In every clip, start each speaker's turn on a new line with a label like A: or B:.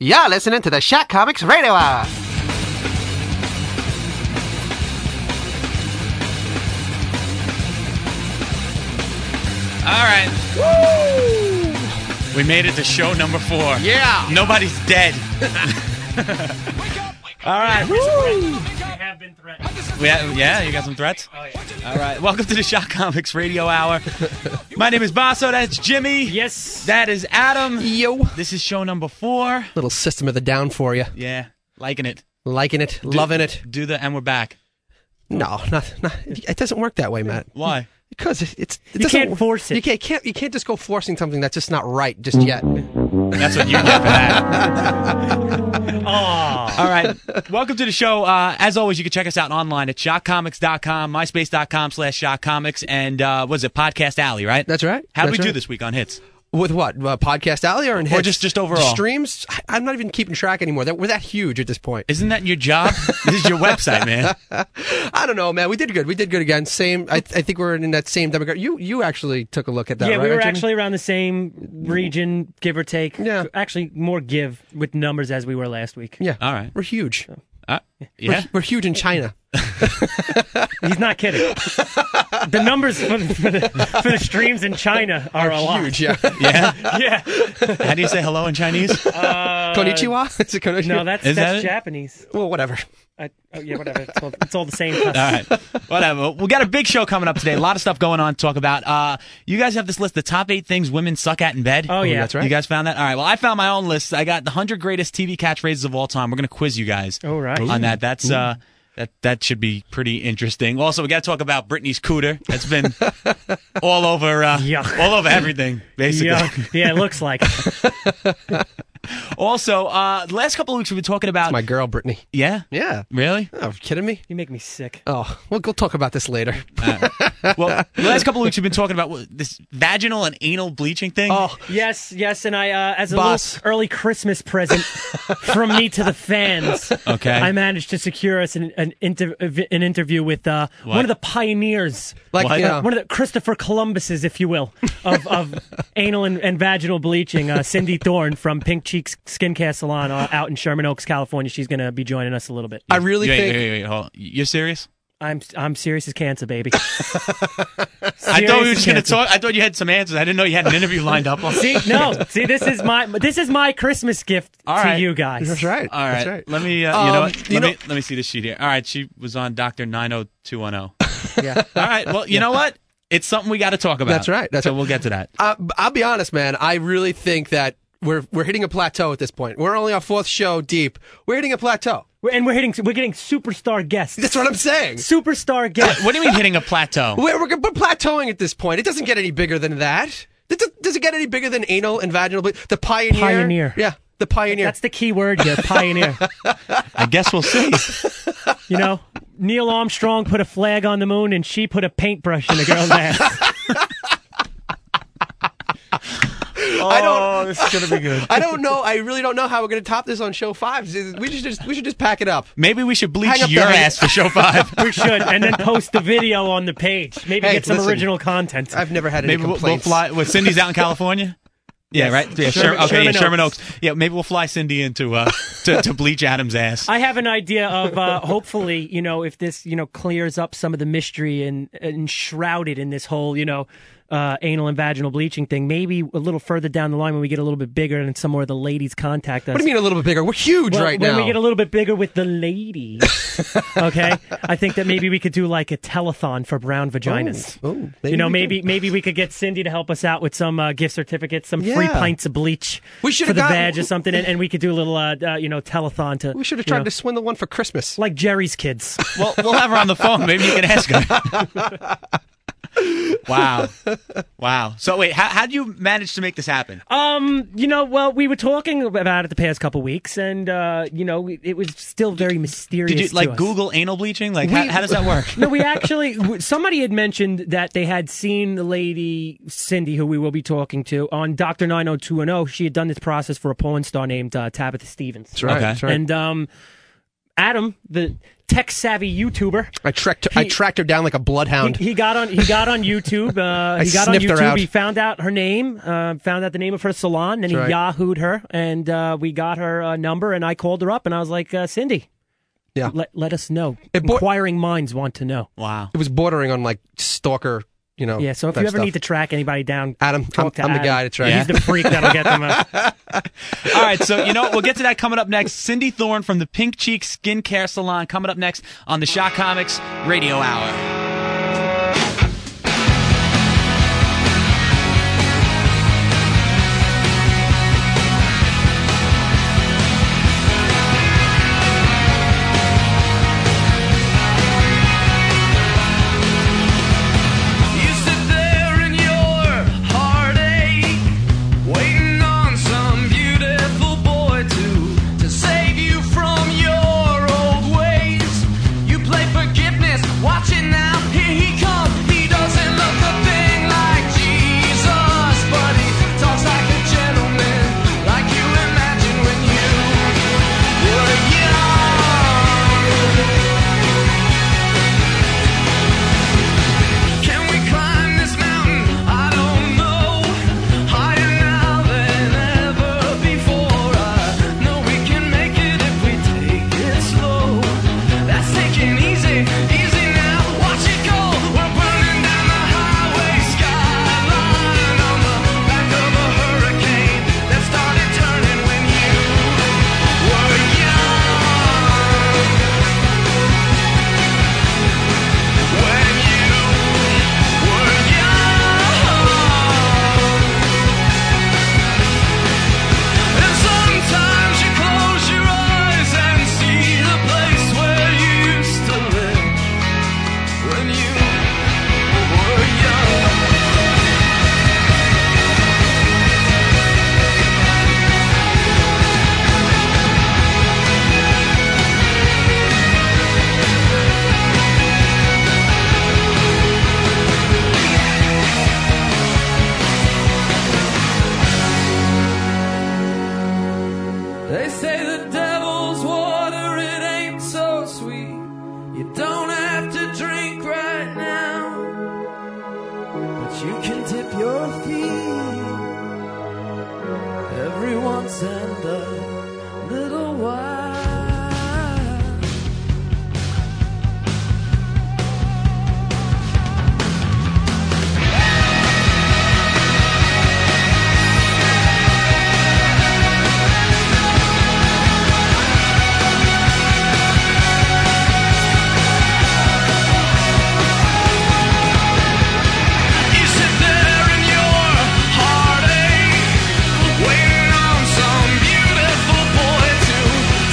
A: You're listening to the Shack Comics Radio Hour.
B: All right. We made it to show number four.
C: Yeah.
B: Nobody's dead. All right. Woo.
D: have been threatened.
B: We ha- yeah, you got some threats?
D: Oh, yeah.
B: All right. Welcome to the Shot Comics Radio Hour. My name is Basso. That's Jimmy.
D: Yes.
B: That is Adam.
C: Yo.
B: This is show number four.
C: Little system of the down for you.
B: Yeah. Liking it.
C: Liking it, loving it.
B: Do the, and we're back.
C: No, not, not, it doesn't work that way, Matt.
B: Why?
C: Because it- it's it
D: You
C: doesn't-
D: can't force it.
C: You can't, can't you can't just go forcing something that's just not right just yet.
B: That's what you get for that.
D: Aw.
B: All right. Welcome to the show. Uh, as always, you can check us out online at shotcomics.com, myspace.com slash shotcomics, and uh, what is it, Podcast Alley, right?
C: That's right.
B: How do we
C: That's
B: do
C: right.
B: this week on hits?
C: With what uh, podcast alley or in hits?
B: just- just overall?
C: streams? I- I'm not even keeping track anymore. That we're that huge at this point.
B: Isn't that your job? this is your website, man.
C: I don't know, man. We did good. We did good again. Same. I, I think we're in that same demographic. You you actually took a look at that.
D: yeah,
C: right,
D: we were
C: Jimmy?
D: actually around the same region, give or take.
C: Yeah.
D: Actually, more give with numbers as we were last week.
C: Yeah.
B: All right.
C: We're huge.
B: Uh, yeah.
C: We're, we're huge in China.
D: He's not kidding. the numbers for the, for, the, for the streams in China are a lot.
C: Huge. Yeah.
B: Yeah.
D: Yeah.
B: How do you say hello in Chinese?
C: Uh, Konnichiwa. Is it konnichiwa?
D: No, that's
B: Is
D: that's
B: Uh, that it?
D: Japanese.
C: well, whatever.
D: I, oh, yeah, whatever. It's all, it's all the same. cuss.
B: All right. Whatever. We got a big show coming up today. A lot of stuff going on to talk about. Uh, you guys have this list, the top eight things women suck at in bed.
D: Oh, yeah.
C: that's right.
B: You guys found that? All right. Well, I found my own list. I got the 100 greatest TV catchphrases of all time. We're going to quiz you guys
D: All right.
B: on that. That's, uh, that, that should be pretty interesting. Also, we got to talk about Britney's cooter. That's been all over, uh,
D: Yuck.
B: all over everything, basically.
D: Yeah, yeah, it looks like. it.
B: Also, uh, the last couple of weeks we've been talking about.
C: My girl, Brittany.
B: yeah?
C: Yeah.
B: Really?
C: Oh, kidding me?
D: You make me sick.
C: Oh, we'll go talk about this later.
B: Uh, Well, the last couple of weeks we've been talking about what, this vaginal and anal bleaching thing.
C: Oh,
D: Yes, yes, and I, uh, as a
C: Boss.
D: little early Christmas present from me to the fans,
B: Okay.
D: I managed to secure us an an, inter- an interview with uh, one of the pioneers,
C: like uh,
B: What?
C: you know,
D: one of the Christopher Columbuses, if you will, of, of anal and, and vaginal bleaching. Uh, Cindy Thorne from Pink Cheeks Skincare Salon uh, out in Sherman Oaks, California. She's going to be joining us a little bit.
C: I really
B: wait,
C: think.
B: wait, wait, wait, hold on. You're serious?
D: I'm I'm serious as cancer, baby.
B: I thought we were
D: Serious
B: just gonna
D: as cancer.
B: talk. I thought you had some answers. I didn't know you had an interview lined up. On.
D: See, no, see, this is my this is my Christmas gift
B: All
D: to
B: right.
D: you guys.
C: That's right.
B: All right,
C: That's right.
B: let me. Uh, you know,
C: Um,
B: what?
C: you
B: let
C: know-
B: me let me see this sheet here. All right, she was on Doctor Nine Zero Two One Zero.
C: Yeah.
B: All right, well, you know what? It's something we got to talk about.
C: That's right, that's
B: so
C: right.
B: we'll get to that.
C: Uh, b- I'll be honest, man. I really think that we're we're hitting a plateau at this point. We're only our fourth show deep. We're hitting a plateau.
D: We're- and we're hitting we're getting superstar guests.
C: That's what I'm saying.
D: superstar guests.
B: What do you mean hitting a plateau?
C: We're, we're, we're plateauing at this point. It doesn't get any bigger than that. It does, does it get any bigger than anal and vaginal? ble- The pioneer.
D: Pioneer.
C: Yeah, the pioneer.
D: That's the key word here, pioneer.
B: I guess we'll see.
D: you know, Neil Armstrong put a flag on the moon, and she put a paintbrush in a girl's ass.
C: I don't.
B: Oh, this is gonna be good.
C: I don't know. I really don't know how we're going to top this on show five. We should just we should just pack it up.
B: Maybe we should
C: Hang
B: bleach
C: up
B: your
C: the-
B: ass for show five.
D: we should, and then post the video on the page. Maybe
C: Hey,
D: get some
C: listen.
D: original content.
C: I've never had any
B: Maybe we'll, we'll
C: complaints.
B: fly. Well, Cindy's out in California. Yeah, right. Yeah, Sher-
D: Sherman-
B: okay, yeah,
D: Sherman
B: Sherman Oaks.
D: Oaks.
B: Yeah, maybe we'll fly Cindy into uh, to, to bleach Adam's ass.
D: I have an idea of uh, hopefully, you know, if this, you know, clears up some of the mystery and enshrouded in this whole, you know, uh, anal and vaginal bleaching thing. Maybe a little further down the line when we get a little bit bigger and some more of the ladies contact us.
C: What do you mean a little bit bigger? We're huge
D: Well,
C: right
D: when
C: now.
D: we get a little bit bigger with the ladies, okay, I think that maybe we could do like a telethon for brown vaginas.
C: Oh, oh,
D: you know,
C: we
D: maybe maybe we could get Cindy to help us out with some uh, gift certificates, some free
C: Yeah.
D: pints of bleach
C: We
D: for the
C: should've got-
D: badge or something, and, and we could do a little, uh, uh, you know, telethon to
C: We should have
D: you
C: tried
D: know,
C: to swindle one for Christmas.
D: like Jerry's kids.
B: Well, we'll have her on the phone. Maybe you can ask her. wow, wow. So wait, how how do you manage to make this happen?
D: Um, you know, well, we were talking about it the past couple weeks, and uh, you know, it- it was still very mysterious.
B: Did you
D: to
B: like
D: us.
B: Google anal bleaching? Like, how, how does that work?
D: No, we actually w- somebody had mentioned that they had seen the lady Cindy, who we will be talking to, on Doctor Nine oh Hundred Two and She had done this process for a porn star named uh, Tabitha Stevens,
C: right.
B: Okay.
C: That's right.
D: and um, Adam, the tech savvy YouTuber,
C: I tracked I tracked her down like a bloodhound.
D: he got on he got on YouTube. Uh, he got on
C: sniffed her
D: YouTube.
C: out.
D: He found out her name, uh, found out the name of her salon, and he
C: That's right.
D: yahooed her. And uh, we got her uh, number, and I called her up, and I was like, uh, Cindy,
C: Yeah.
D: let let us know.
C: It bo-
D: Inquiring minds want to know.
B: Wow.
C: it was bordering on like stalker, you know.
D: Yeah, so if
C: type
D: you ever
C: stuff.
D: need to track anybody down,
C: Adam, I'm,
D: talk to
C: I'm the
D: Adam.
C: guy to track.
D: he's the freak that'll get them. Up.
B: All right, so you know what? We'll get to that coming up next. Cindy Thorne from the Pink Cheek Skincare Salon coming up next on the Shock Comics Radio Hour.
E: You sit there in your heartache, waiting on some beautiful boy to to save you from your old ways. You play forgiveness, watch it now. Here he comes. He doesn't look a thing like Jesus, but he talks like a gentleman, like you imagine when you were young. Can we climb this mountain? I don't know. Higher now than ever before. I know we can make it if we take it slow. That's taking easy, easy now. Watch it go. We're burning down the highway skyline on the back of a hurricane that started turning when you were young. When you were young, and sometimes you close your eyes and see the place where you used to live when you were young. They say the devil's water, it ain't so sweet. You don't have to drink right now, but you can tip your feet every once and a little while. You sit there in your heartache, waiting on some beautiful boy to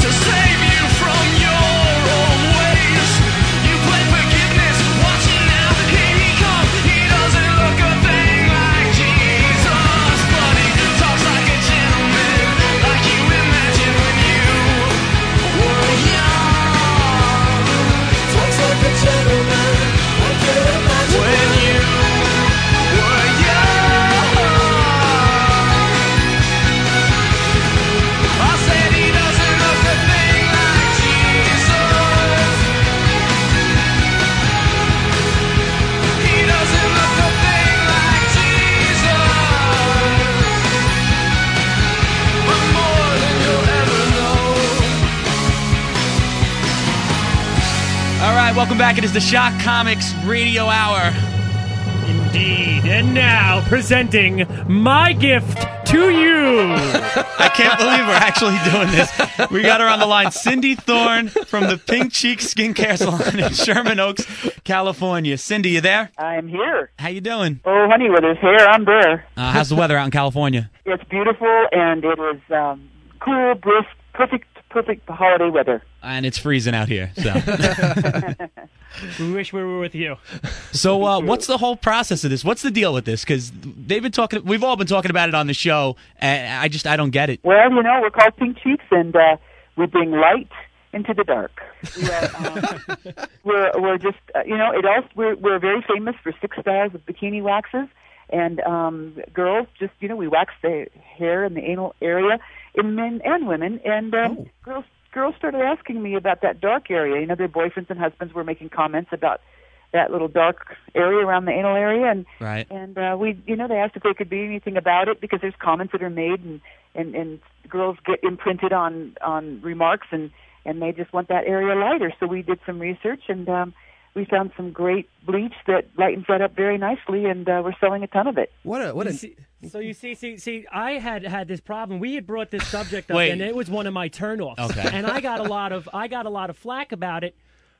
E: to save you from your old ways. You play forgiveness, watching out, here he comes. He doesn't look a thing like Jesus, but he talks like a gentleman, like you imagined when you were young. Talks like a gentleman, like you imagined when you. Were young. I said he doesn't look a thing like Jesus. He doesn't look a thing like Jesus. But more than you'll ever know.
B: All right, welcome back. It is the Shock Comics Radio Hour.
D: Indeed. And now presenting my gift to you.
B: I can't believe we're actually doing this. We got her on the line, Cindy Thorne from the Pink Cheek Skincare Salon in Sherman Oaks, California. Cindy, you there?
F: I'm here.
B: How you doing?
F: Oh, honey, with his hair, I'm there.
B: Uh, how's the weather out in California?
F: It's beautiful, and it is um, cool, brisk, perfect, perfect holiday weather.
B: And it's freezing out here. So,
D: we wish we were with you.
B: so uh, what's the whole process of this? What's the deal with this? Because they've been talking. We've all been talking about it on the show, and I just I don't get it.
F: Well, you know, we're called Pink Cheeks, and uh, we bring light into the dark. We are, um, we're, we're just, uh, you know, it also, we're, we're very famous for six styles of bikini waxes, and um, girls just, you know, we wax the hair in the anal area, in men and women, and um, girls girls started asking me about that dark area. You know, their boyfriends and husbands were making comments about that little dark area around the anal area, and
B: Right.
F: and uh, we, you know, they asked if they could do anything about it because there's comments that are made, and and and girls get imprinted on on remarks, and and they just want that area lighter. So we did some research, and um, we found some great bleach that lightens that up very nicely, and uh, we're selling a ton of it.
C: What a what
D: You
C: a
D: see- so you see, see, see, I had had this problem. We had brought this subject up,
B: Wait.
D: and it was one of my turnoffs.
B: Okay.
D: And I got a lot of I got a lot of flack about it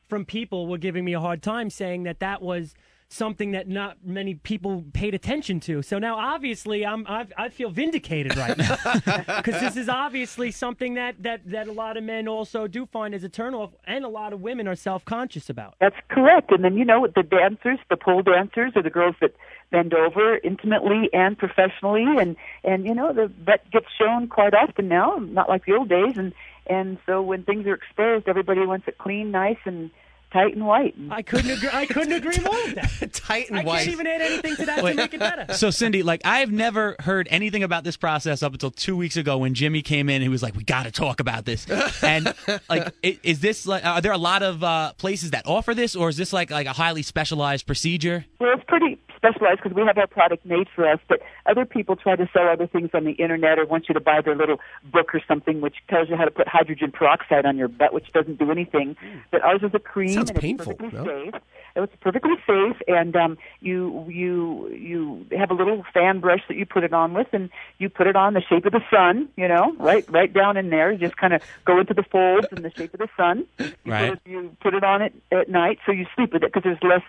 D: from people were giving me a hard time, saying that that was something that not many people paid attention to. So now, obviously, I'm I've, I feel vindicated right now because this is obviously something that that that a lot of men also do find as a turnoff, and a lot of women are self conscious about.
F: That's correct. And then you know the dancers, the pole dancers, are the girls that bend over intimately and professionally, and and you know the butt gets shown quite often now, not like the old days. And and so when things are exposed, everybody wants it clean, nice, and tight and white.
D: I couldn't agree. I couldn't agree more with that.
C: Titan
D: I
C: wife.
D: can't even add anything to that to make it better.
B: So Cindy, like I've never heard anything about this process up until two weeks ago when Jimmy came in and he was like, "We got to talk about this." And like, i- is this like? Are there a lot of uh, places that offer this, or is this like like a highly specialized procedure?
F: Well, it's pretty specialized because we have our product made for us, but other people try to sell other things on the internet or want you to buy their little book or something which tells you how to put hydrogen peroxide on your butt, which doesn't do anything. But ours is a
C: Hmm.
F: cream
C: Sounds
F: and
C: painful,
F: it's perfectly
C: no?
F: safe. It's perfectly safe, and um, you you you have a little fan brush that you put it on with, and you put it on the shape of the sun. You know, right right down in there. You just kind of go into the folds in the shape of the sun. You
B: Right.
F: Put it, you put it on it at night, so you sleep with it because there's less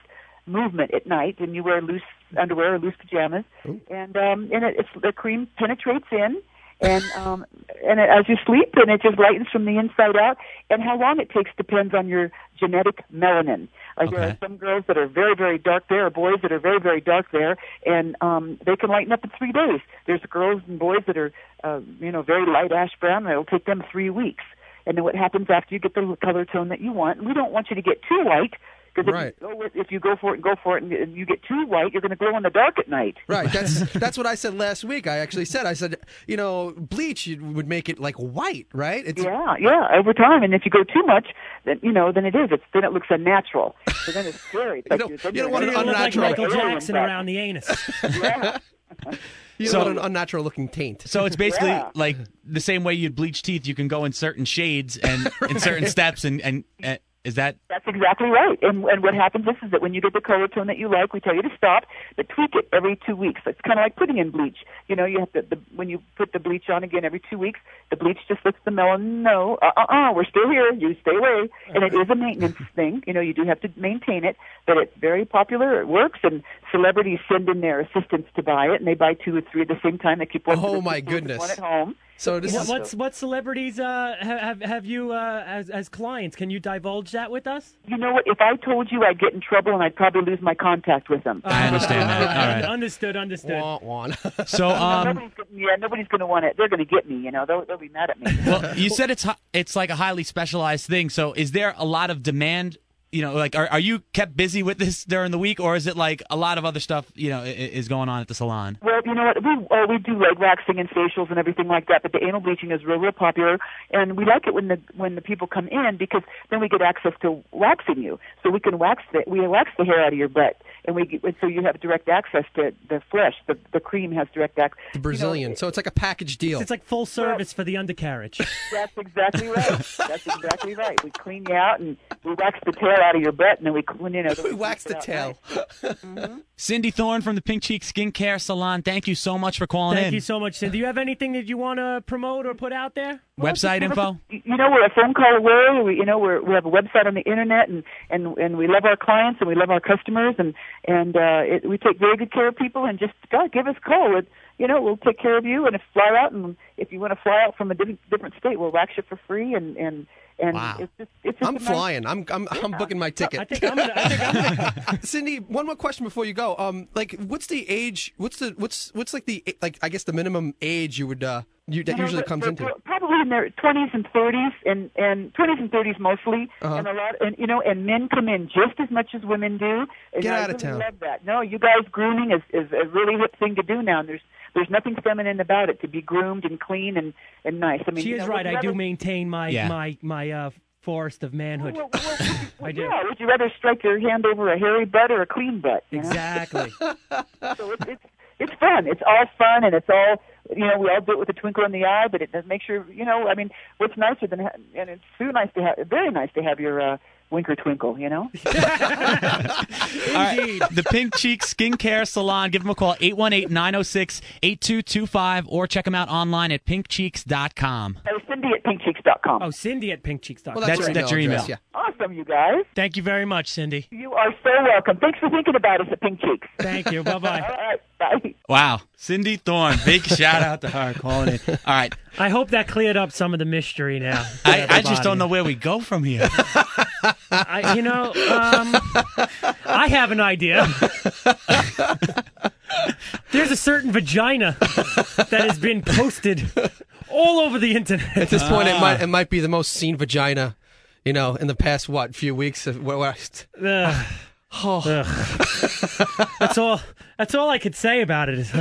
F: movement at night, and you wear loose underwear or loose pajamas, and um, and it, it's the cream penetrates in. And um, and it, as you sleep, and it just lightens from the inside out. And how long it takes depends on your genetic melanin. Like there
B: Okay.
F: are some girls that are very very dark there, or boys that are very very dark there, and um, they can lighten up in three days. There's girls and boys that are uh, you know very light ash brown, and it'll take them three weeks. And then what happens after you get the color tone that you want? And we don't want you to get too light because
C: Right.
F: if, you go with- if you go for it and go for it, and, and you get too white, you're going to glow in the dark at night.
C: Right. That's that's what I said last week. I actually said I said you know bleach it would make it like white, right? It's
F: Yeah, yeah, over time. And if you go too much, then you know, then it is. It's then it looks unnatural. So then it's scary. It's like
C: don't-
F: then
C: you don't
F: you're
C: want
D: You
C: an
F: gonna
D: look
F: look
D: like
C: unnatural
D: Michael
F: alien
D: Jackson
F: back.
D: around the anus.
F: Yeah.
C: you
B: So-
C: know, an unnatural looking taint.
B: So it's basically
F: Yeah.
B: like the same way you'd bleach teeth. You can go in certain shades and in certain steps, and and uh, is that
F: That's exactly right. And and what happens is, is that when you get the color tone that you like, we tell you to stop, but tweak it every two weeks. It's kind of like putting in bleach. You know, you have to the, when you put the bleach on again every two weeks, the bleach just lets the melon know, uh uh uh, we're still here. You stay away. And it is a maintenance thing. You know, you do have to maintain it, but it's very popular. It works, and celebrities send in their assistants to buy it, and they buy two or three at the same time. They keep one. for
C: Oh,
F: the
C: my
F: people and
C: goodness.
F: One at home.
C: So this
D: what,
C: is
D: what's what celebrities uh, have have- have you uh, as as clients? Can you divulge that with us?
F: You know what? If I told you, I'd get in trouble, and I'd probably lose my contact with
C: Oh,
F: them.
B: I understand
D: Uh, un-
B: that. All right.
D: Understood. Understood.
C: want one.
B: So um,
F: nobody's gonna, yeah, nobody's going to want it. They're going to get me. You know, they'll, they'll be mad at me.
B: well, you said it's hi- it's like a highly specialized thing. So is there a lot of demand? You know, like are are you kept busy with this during the week, or is it like a lot of other stuff? You know, i- i- is going on at the salon.
F: well, you know what? We oh, we do leg waxing and facials and everything like that, but the anal bleaching is real, real popular, and we like it when the when the people come in because then we get access to waxing you, so we can wax the we wax the hair out of your butt, and we get- and so you have direct access to the flesh. The the cream has direct access.
C: The Brazilian. So it's like a package deal.
D: It's like full service for the undercarriage.
F: That's exactly right. That's exactly right. We clean you out and we wax the tail out of your butt, and then we clean you know then
C: we wax
F: keep
C: the
F: it out
C: tail.
F: nice.
B: Cindy Thorne from the Pink Cheek Skincare Salon. Thank you so much for calling
D: Thank
B: in.
D: you so much, Cindy. Do you have anything that you want to promote or put out there?
B: Website info.
F: you you know, we're a phone call away. We, you know, we're, we have a website on the internet, and, and, and we love our clients and we love our customers, and and uh, it, we take very good care of people. And just God, give us a call. It, you know, we'll take care of you. And if fly out, and if you want to fly out from a different different state, we'll wax you for free. And and and
B: Wow.
F: it's just it's just
C: I'm
F: a nice-
C: flying. I'm I'm, I'm booking my ticket.
D: I think I'm gonna. I think I'm gonna
C: Cindy, one more question before you go. Um, like, what's the age? What's the what's what's like the like? I guess the minimum age you would uh You, that
F: you know,
C: usually
F: the-
C: comes
F: the-
C: into it.
F: probably in their twenties and thirties, and and twenties and thirties mostly,
C: Uh-huh.
F: and a lot, and you know, and men come in just as much as women do. And
C: Get
F: I
C: out of town.
F: really Love that. No, you guys, grooming is is a really hip thing to do now. And there's there's nothing feminine about it. To be groomed and clean and and nice. I mean,
D: She
F: you
D: is
F: know,
D: right.
F: would you
D: I do
F: rather-
D: maintain my
B: Yeah.
D: my my uh, forest of manhood.
F: Well, well, well, would you-
D: I do.
F: Yeah, would you rather strike your hand over a hairy butt or a clean butt? You know?
D: Exactly.
F: So it's, it's it's fun. It's all fun, and it's all you know. We all do it with a twinkle in the eye, but it does make sure you know. I mean, what's nicer than ha- and it's so nice to have, very nice to have your uh, winker twinkle. You know.
B: All right. The Pink Cheek Skincare Salon. Give them a call, 818-906-8225, or check them out online at pinkcheeks.com.
F: So Cindy at pinkcheeks.com.
D: Oh, Cindy at pinkcheeks.com.
C: Well,
B: that's-
C: your
B: that's your email.
C: address,
F: Awesome, you guys.
D: Thank you very much, Cindy.
F: You are so welcome. Thanks for thinking about us at Pink Cheeks.
D: Thank you. Bye
F: All
D: bye.
F: right, bye.
B: Wow. Cindy Thorne. Big shout out to her calling it. All right.
D: I hope that cleared up some of the mystery now.
B: I, I just
D: Everybody.
B: don't know where we go from here.
D: I, you know, um, I have an idea. There's a certain vagina that has been posted all over the internet.
C: At
B: Ah.
C: this point, it might it might be the most seen vagina, you know, in the past what few weeks. Of, what, what,
D: Ugh. Ugh. that's all. That's all I could say about it. Is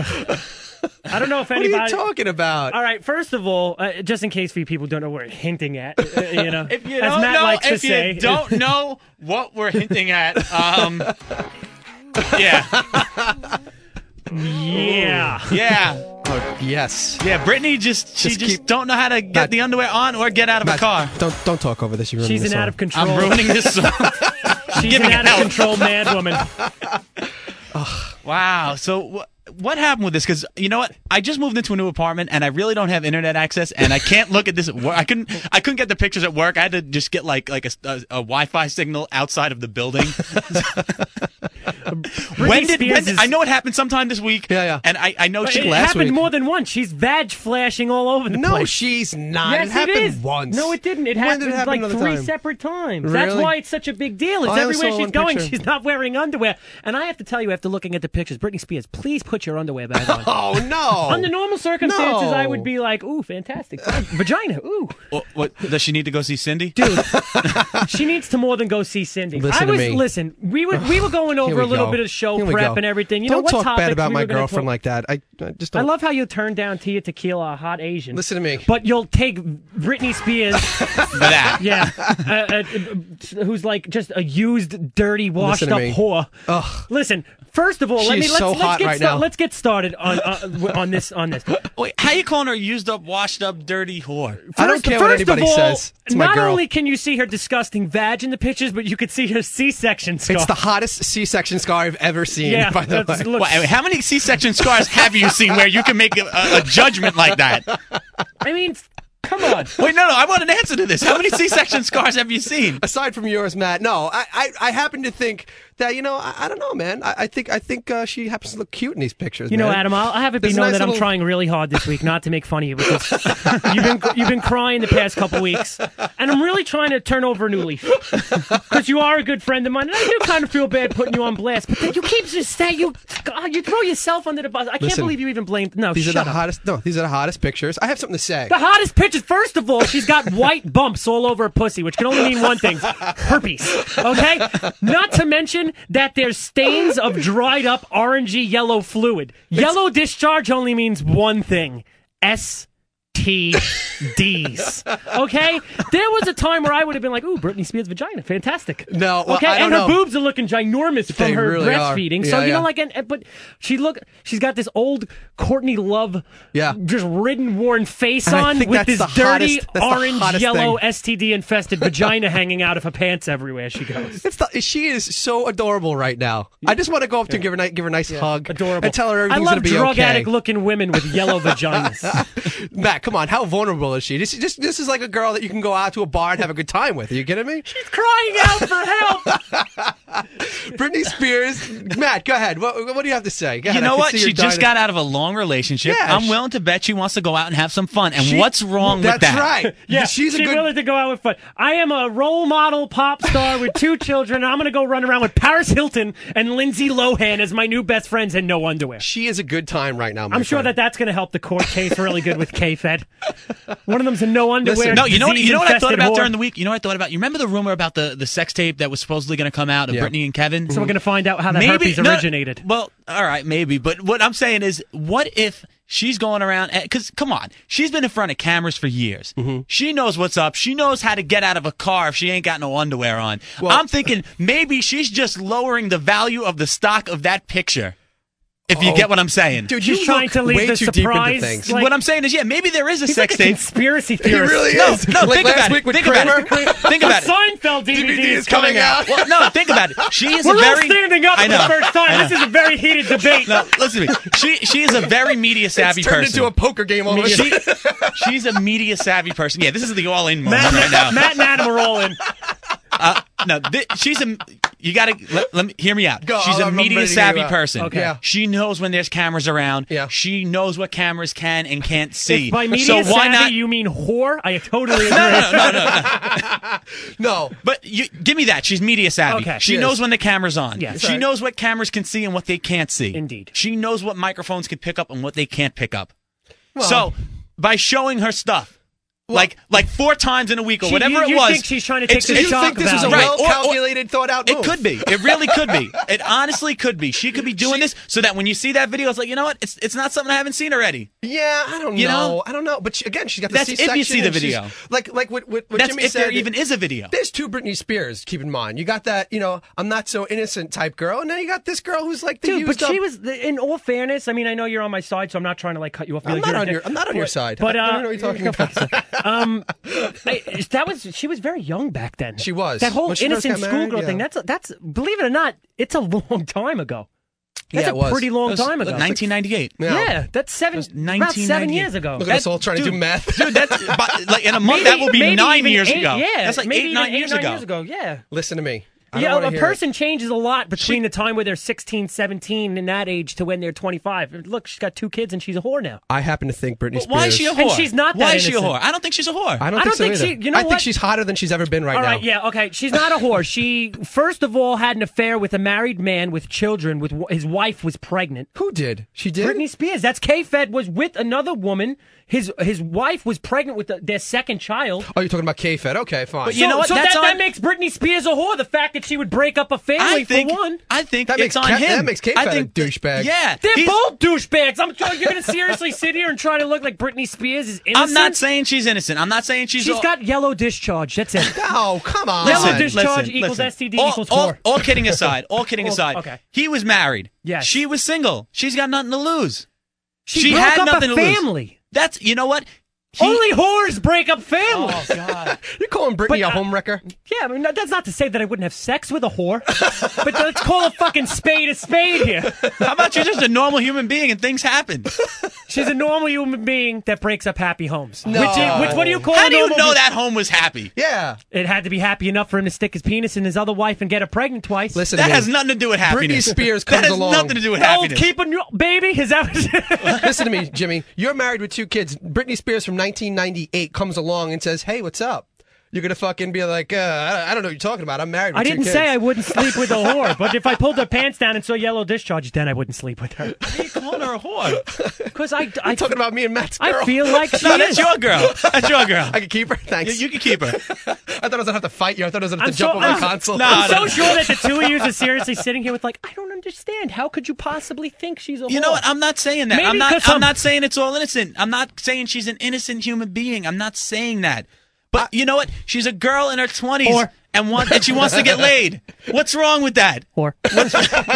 D: I don't know if
C: what are
D: anybody.
C: you talking about?
D: all right. First of all, uh, just in case we people don't know what we're hinting at, uh, you know,
B: If you
D: as
B: don't
D: Matt
B: know,
D: likes to
B: if you
D: say,
B: don't know what we're hinting at, um, yeah,
D: yeah.
B: yeah,
C: Yes.
B: yeah. Brittany just she
C: Just
B: just,
C: keep-
B: don't know how to get
C: Matt-
B: the underwear on or get out of a
C: Matt,
B: car.
C: Don't don't talk over this. You're ruining
D: She's
C: the
D: an
C: song.
D: out of control.
B: I'm ruining this song.
D: She's
B: Give
D: an
B: me
D: out of
B: hell.
D: control mad woman.
B: Wow. So wh- what happened with this? Because you know what, I just moved into a new apartment and I really don't have internet access, and I can't look at this. At work. I couldn't. I couldn't get the pictures at work. I had to just get like like a, a, a Wi-Fi signal outside of the building. when did, when
D: Spears
B: did
D: is-
B: I know it happened sometime this week?
C: Yeah, yeah.
B: And I I know she
D: it
C: last
D: happened
C: week.
D: more than once. She's vag flashing all over the
C: No,
D: place.
C: she's not.
D: yes,
C: it happened
D: is.
C: once.
D: No, it didn't. It
C: When
D: happened
C: did it happen
D: like
C: another
D: three
C: time?
D: separate times. That's
C: Really?
D: why it's such a big deal. It's
C: I only
D: everywhere
C: saw
D: she's
C: one
D: going.
C: picture.
D: She's not wearing underwear. And I have to tell you, after looking at the pictures, Britney Spears, please put your underwear back on.
C: Oh no.
D: Under normal circumstances, I would
C: No.
D: be like, "Ooh, fantastic vagina." Ooh,
B: What, what does she need to go see Cindy?
D: she needs to more than go see Cindy.
C: Listen
D: I
C: to
D: was
C: me.
D: listen. We were we were going over
C: Here
D: a
C: we
D: little
C: go.
D: bit of show
C: Here we
D: prep
C: go.
D: and everything. You
C: don't
D: know what
C: talk
D: topics
C: bad about
D: we
C: my
D: were gonna
C: girlfriend
D: talk-
C: like that. I, I just
D: I
C: don't.
D: love how you'll turn down Tia Tequila, a hot Asian.
C: Listen to me.
D: But you'll take Britney Spears,
B: For that.
D: yeah, uh, uh, who's like just a used, dirty, washed
C: Listen to
D: up
C: me.
D: whore.
C: Ugh.
D: Listen, first of all,
C: She
D: let me
C: is
D: let's,
C: so
D: let's
C: hot
D: get
C: right
D: sta-
C: now.
D: let's get started on uh, w- on this on this.
B: Wait, how you calling her used up, washed up, dirty whore?
C: I don't
D: First-
C: care what
D: first of
C: anybody
D: all,
C: says. It's my
D: not
C: girl.
D: only can you see her disgusting vag in the pictures, but you could see her C-section scar.
C: It's the hottest C-section scar I've ever seen.
D: yeah,
C: by the way.
D: that's- looks-
B: Wait, how many C-section scars have you seen where you can make a, a, a judgment like that?
D: I mean, come on.
B: Wait, no, no, I want an answer to this. How many C-section scars have you seen?
C: aside from yours, Matt, no, I, I, I happen to think that you know I, I don't know, man. I, I think I think uh, she happens to look cute in these pictures.
D: You know,
C: man.
D: Adam, I'll I'll have it be
C: There's a
D: known
C: nice
D: that I'm
C: little-
D: trying really hard this week not to make fun of you because you've been you've been crying the past couple weeks, and I'm really trying to turn over a new leaf because you are a good friend of mine, and I do kind of feel bad putting you on blast, but then you keep just saying you God, you throw yourself under the bus. I can't
C: Listen,
D: believe you even blamed. No,
C: These are
D: shut
C: the
D: up.
C: hottest. No, these are the hottest pictures. I have something to say.
D: the hottest pictures. First of all, she's got white bumps all over her pussy, which can only mean one thing: herpes. Okay. Not to mention that there's stains of dried up orangey yellow fluid. Yellow discharge only means one thing: S. T D's. Okay? There was a time where I would have been like, ooh, Britney Spears' vagina. Fantastic.
C: No, well,
D: okay,
C: I don't
D: and
C: know.
D: her boobs are looking ginormous from
C: They
D: her
C: really are.
D: breastfeeding. so
C: Yeah,
D: you
C: yeah.
D: know like and, but she look she's got this old Courtney Love
C: Yeah.
D: just ridden worn face
C: And I
D: on
C: think
D: with
C: that's
D: this
C: the
D: dirty
C: hottest- that's the
D: orange
C: hottest
D: yellow
C: thing.
D: STD infested vagina hanging out of her pants everywhere she goes.
C: It's the, she is so adorable right now. I just want to go up to give her ni- give her a nice hug,
D: Adorable.
C: and tell her
D: I
C: everything's
D: love
C: gonna be
D: drug
C: okay.
D: addict looking women with yellow vaginas.
C: Matt, come on, how vulnerable is she? This, this this is like a girl that you can go out to a bar and have a good time with. Are you kidding me?
D: She's crying out for help.
C: Britney Spears. Matt, go ahead. What, what do you have to say? Go
B: You
C: ahead. I
B: know
C: can
B: what?
C: see you're
B: She just
C: dying
B: got out of a long relationship.
C: Yeah,
B: I'm
C: she-
B: willing to bet she wants to go out and have some fun. And
C: to-
B: what's wrong
C: That's
B: with that?
C: right.
D: Yeah,
C: she's a good.
D: willing to go out with fun. I am a role model pop star with two children. And I'm going to go run around with Paris Hilton and Lindsay Lohan as my new best friends and no underwear.
C: she is a good time right now. my
D: I'm sure
C: friend.
D: that that's going to help the court case really good with K-Fed. One of them's a no underwear.
C: Listen,
B: No, you know what? You know what I thought
D: disease-infested
B: about
D: whore.
B: during the week. You know what I thought about. You remember the rumor about the, the sex tape that was supposedly going to come out of
C: Yeah.
B: Brittany and Kevin?
D: So we're going to find out how that herpes
B: no,
D: originated.
B: well, all right, maybe. But what I'm saying is, what if she's going around? Because come on, she's been in front of cameras for years.
D: Mm-hmm.
B: She knows what's up. She knows how to get out of a car if she ain't got no underwear on. I'm
D: uh,
B: thinking maybe she's just lowering the value of the stock of that picture. If you get what I'm saying,
C: Dude,
D: She's
C: you
D: trying
C: look
D: to leave
C: way
D: the
C: too
D: surprise,
C: deep into things.
D: like-
B: what I'm saying is, yeah, maybe there is a
D: He's
B: sex
D: like a
B: tape.
D: conspiracy
C: he
D: theorist.
C: really
B: No,
C: is.
B: no,
C: like
B: think
C: last
B: about it.
C: week with
B: Think about
C: Kramer.
B: it. Think
D: The
B: about it.
D: Seinfeld DVD,
C: DVD
D: is coming out.
B: Well, no, think about it. She is
D: We're
B: a
D: all
B: very
D: standing up
B: I
D: for the
B: know.
D: first
B: I
D: time.
B: know.
D: This is a very heated debate.
B: No, listen to me. She she is a very media savvy
C: It's turned
B: person.
C: into a poker game all of a
B: she,
C: sudden.
B: she's a media savvy person. Yeah, this is the all in moment
D: Matt,
B: right now.
D: Matt and Adam are all in.
B: Uh, no, thi- she's a. You gotta let, let me hear me out.
C: Go,
B: she's
C: I'm-
B: a
C: I'm
B: media
C: ready to
B: savvy
C: hear you out.
B: person.
D: Okay. Yeah.
B: She knows when there's cameras around.
C: Yeah.
B: She knows what cameras can and can't see.
D: If by media
B: so why
D: savvy
B: not?
D: you mean whore? I totally agree.
C: No,
B: But you give me that. She's media savvy.
D: Okay.
B: She
C: Yes.
B: knows when the camera's on.
D: Yes.
B: She
D: Right.
B: knows what cameras can see and what they can't see.
D: Indeed.
B: She knows what microphones can pick up and what they can't pick up. so by showing her stuff, like like four times in a week or
D: She-
B: whatever
D: you- you
B: it was,
D: think she's trying to
B: it's-
D: take
C: do
D: the
C: you
D: shock
C: think this was a
D: value.
B: Right. Or- or-
C: well-calculated, thought-out
B: It
C: move?
B: could be. It really could be. It honestly could be. She could be doing
C: She-
B: this so that when you see that video, it's like you know what? It's it's not something I haven't seen already.
C: Yeah, I don't
B: You
C: know.
B: know?
C: I don't know. But she, again, she's got the
B: That's
C: C
B: if you
C: section.
B: see the video.
C: Like, like what, what, what
B: That's
C: Jimmy
B: if
C: said.
B: there even is a video.
C: There's two Britney Spears. Keep in mind, you got that. You know, I'm not so innocent type girl, and then you got this girl who's like the
D: Dude,
C: used
D: but she
C: up-
D: was. In all fairness, I mean, I know you're on my side, so I'm not trying to like cut you off.
C: I'm
D: Like,
C: not
D: you're-
C: on your. I'm not on your side.
D: But uh,
C: I don't know what you're talking
D: go
C: about.
D: fuck yourself. um, I- that was she was very young back then.
C: She was.
D: that whole
C: When she first
D: innocent
C: got
D: schoolgirl
C: married,
D: thing.
C: yeah.
D: That's that's believe it or not, it's a long time ago. That's
C: Yeah,
D: a
C: it was.
D: pretty long
B: That was-
D: time ago.
B: like 1998.
C: Yeah.
D: yeah, that's seven. About
B: 1998.
D: seven years ago.
C: Look at
B: That-
C: us all trying to
B: dude,
C: do math.
B: Dude, that's but, like in a month.
D: Maybe-
B: that will be
D: maybe
B: nine
D: even
B: years
D: eight-
B: ago.
D: Yeah,
B: that's like
D: maybe
B: eight
D: even
B: nine years ago.
D: years ago. Yeah.
C: Listen to me. I don't
D: Yeah,
C: wanna
D: a
C: hear
D: person changes a lot between
B: She-
D: the time where they're 16, 17 in that age to when they're 25. Look, she's got two kids and she's a whore now.
C: It. I happen to think Britney
B: But
C: Spears.
B: why is she a whore?
D: And she's not
B: Why
D: that
B: is she a
D: innocent.
B: whore? I don't think she's a whore.
C: I don't think,
D: I don't
C: so
D: think
C: either.
D: she- you know
C: I think
D: what?
C: she's hotter than she's ever been right
D: All
C: now.
D: right, yeah, okay. She's not a whore. She, first of all, had an affair with a married man with children. With His wife was pregnant.
C: Who did? She did.
D: Britney Spears. That's K-Fed was with another woman. His his wife was pregnant with the, their second child.
C: Oh, you're talking about K-Fed. Okay, fine.
B: you know what?
D: So
B: That's
D: that,
B: on-
D: that makes Britney Spears a whore. The fact that she would break up a family
B: I think
D: for one.
B: I think
C: That
B: it's
C: makes
B: on
C: Kev-
B: him.
C: that makes Kev
B: I
C: Fed a
B: think
C: douchebag.
B: Yeah,
D: They're
B: he's-
D: both douchebags. I'm sure you're going to seriously sit here and try to look like Britney Spears is innocent.
B: I'm not saying she's innocent. I'm not saying she's.
D: she's
B: a-
D: got yellow discharge. That's it.
C: Oh, come on.
D: Listen,
B: Listen,
D: discharge
B: listen,
D: equals
B: listen.
D: STD
B: all,
D: equals
B: all-
D: whore.
B: all kidding aside, all kidding
D: Well,
B: aside,
D: okay.
B: he was married.
D: Yes.
B: She was single. She's got nothing to lose.
D: She,
B: she
D: broke
B: had
D: up
B: nothing
D: a
B: to lose.
D: family.
B: That's you know what? He-
D: Only whores break up families.
B: Oh. God.
C: You're calling Britney
D: But,
C: a
D: uh,
C: homewrecker?
D: Yeah, I mean that- that's not to say that I wouldn't have sex with a whore, but let's call a fucking spade a spade here.
B: How about you're just a normal human being and things happen?
D: She's a normal human being that breaks up happy homes.
C: No.
D: Which, is- which what do you call?
B: How
D: a
B: do you
D: normal
B: know
D: be-
B: that home was happy?
C: Yeah.
D: It had to be happy enough for him to stick his penis in his other wife and get her pregnant twice.
C: Listen
B: That
C: to me.
B: has nothing to do with happiness.
C: Spears
B: that
C: comes
B: has
C: along.
B: nothing to do with
D: The old
B: happiness.
D: keeping baby. Is that?
C: Listen to me, Jimmy. You're married with two kids. Britney Spears from 1998 comes along and says, "Hey, what's up?" You're gonna fucking be like, uh, I I don't know what you're talking about. I'm married. With
D: I
C: two
D: didn't
C: kids."
D: say I wouldn't sleep with a whore, but if I pulled her pants down and saw yellow discharge, then I wouldn't sleep with her.
B: Why are you calling her a whore?
D: Because I, I,
C: I'm talking about me and Matt's girl.
D: I feel like she
B: No,
D: is.
B: that's your girl. That's your girl.
C: I could keep her. Thanks.
B: You, you can keep her.
C: I thought I was gonna have to fight you. I thought I was gonna have
D: I'm
C: to jump
D: so-
C: on my
D: I'm-
C: console.
B: No,
D: I'm
B: no.
D: so sure that the two of you are seriously sitting here with like, I don't understand. How could you possibly think she's a whore?
B: You know what? I'm not saying that.
D: Maybe
B: I'm not.
D: 'cause
B: I'm,
D: I'm-
B: not saying it's all innocent. I'm not saying she's an innocent human being. I'm not saying that. But you know what? She's a girl in her twenties
D: Or-
B: and want and she wants to get laid. What's wrong with that?
D: Whore.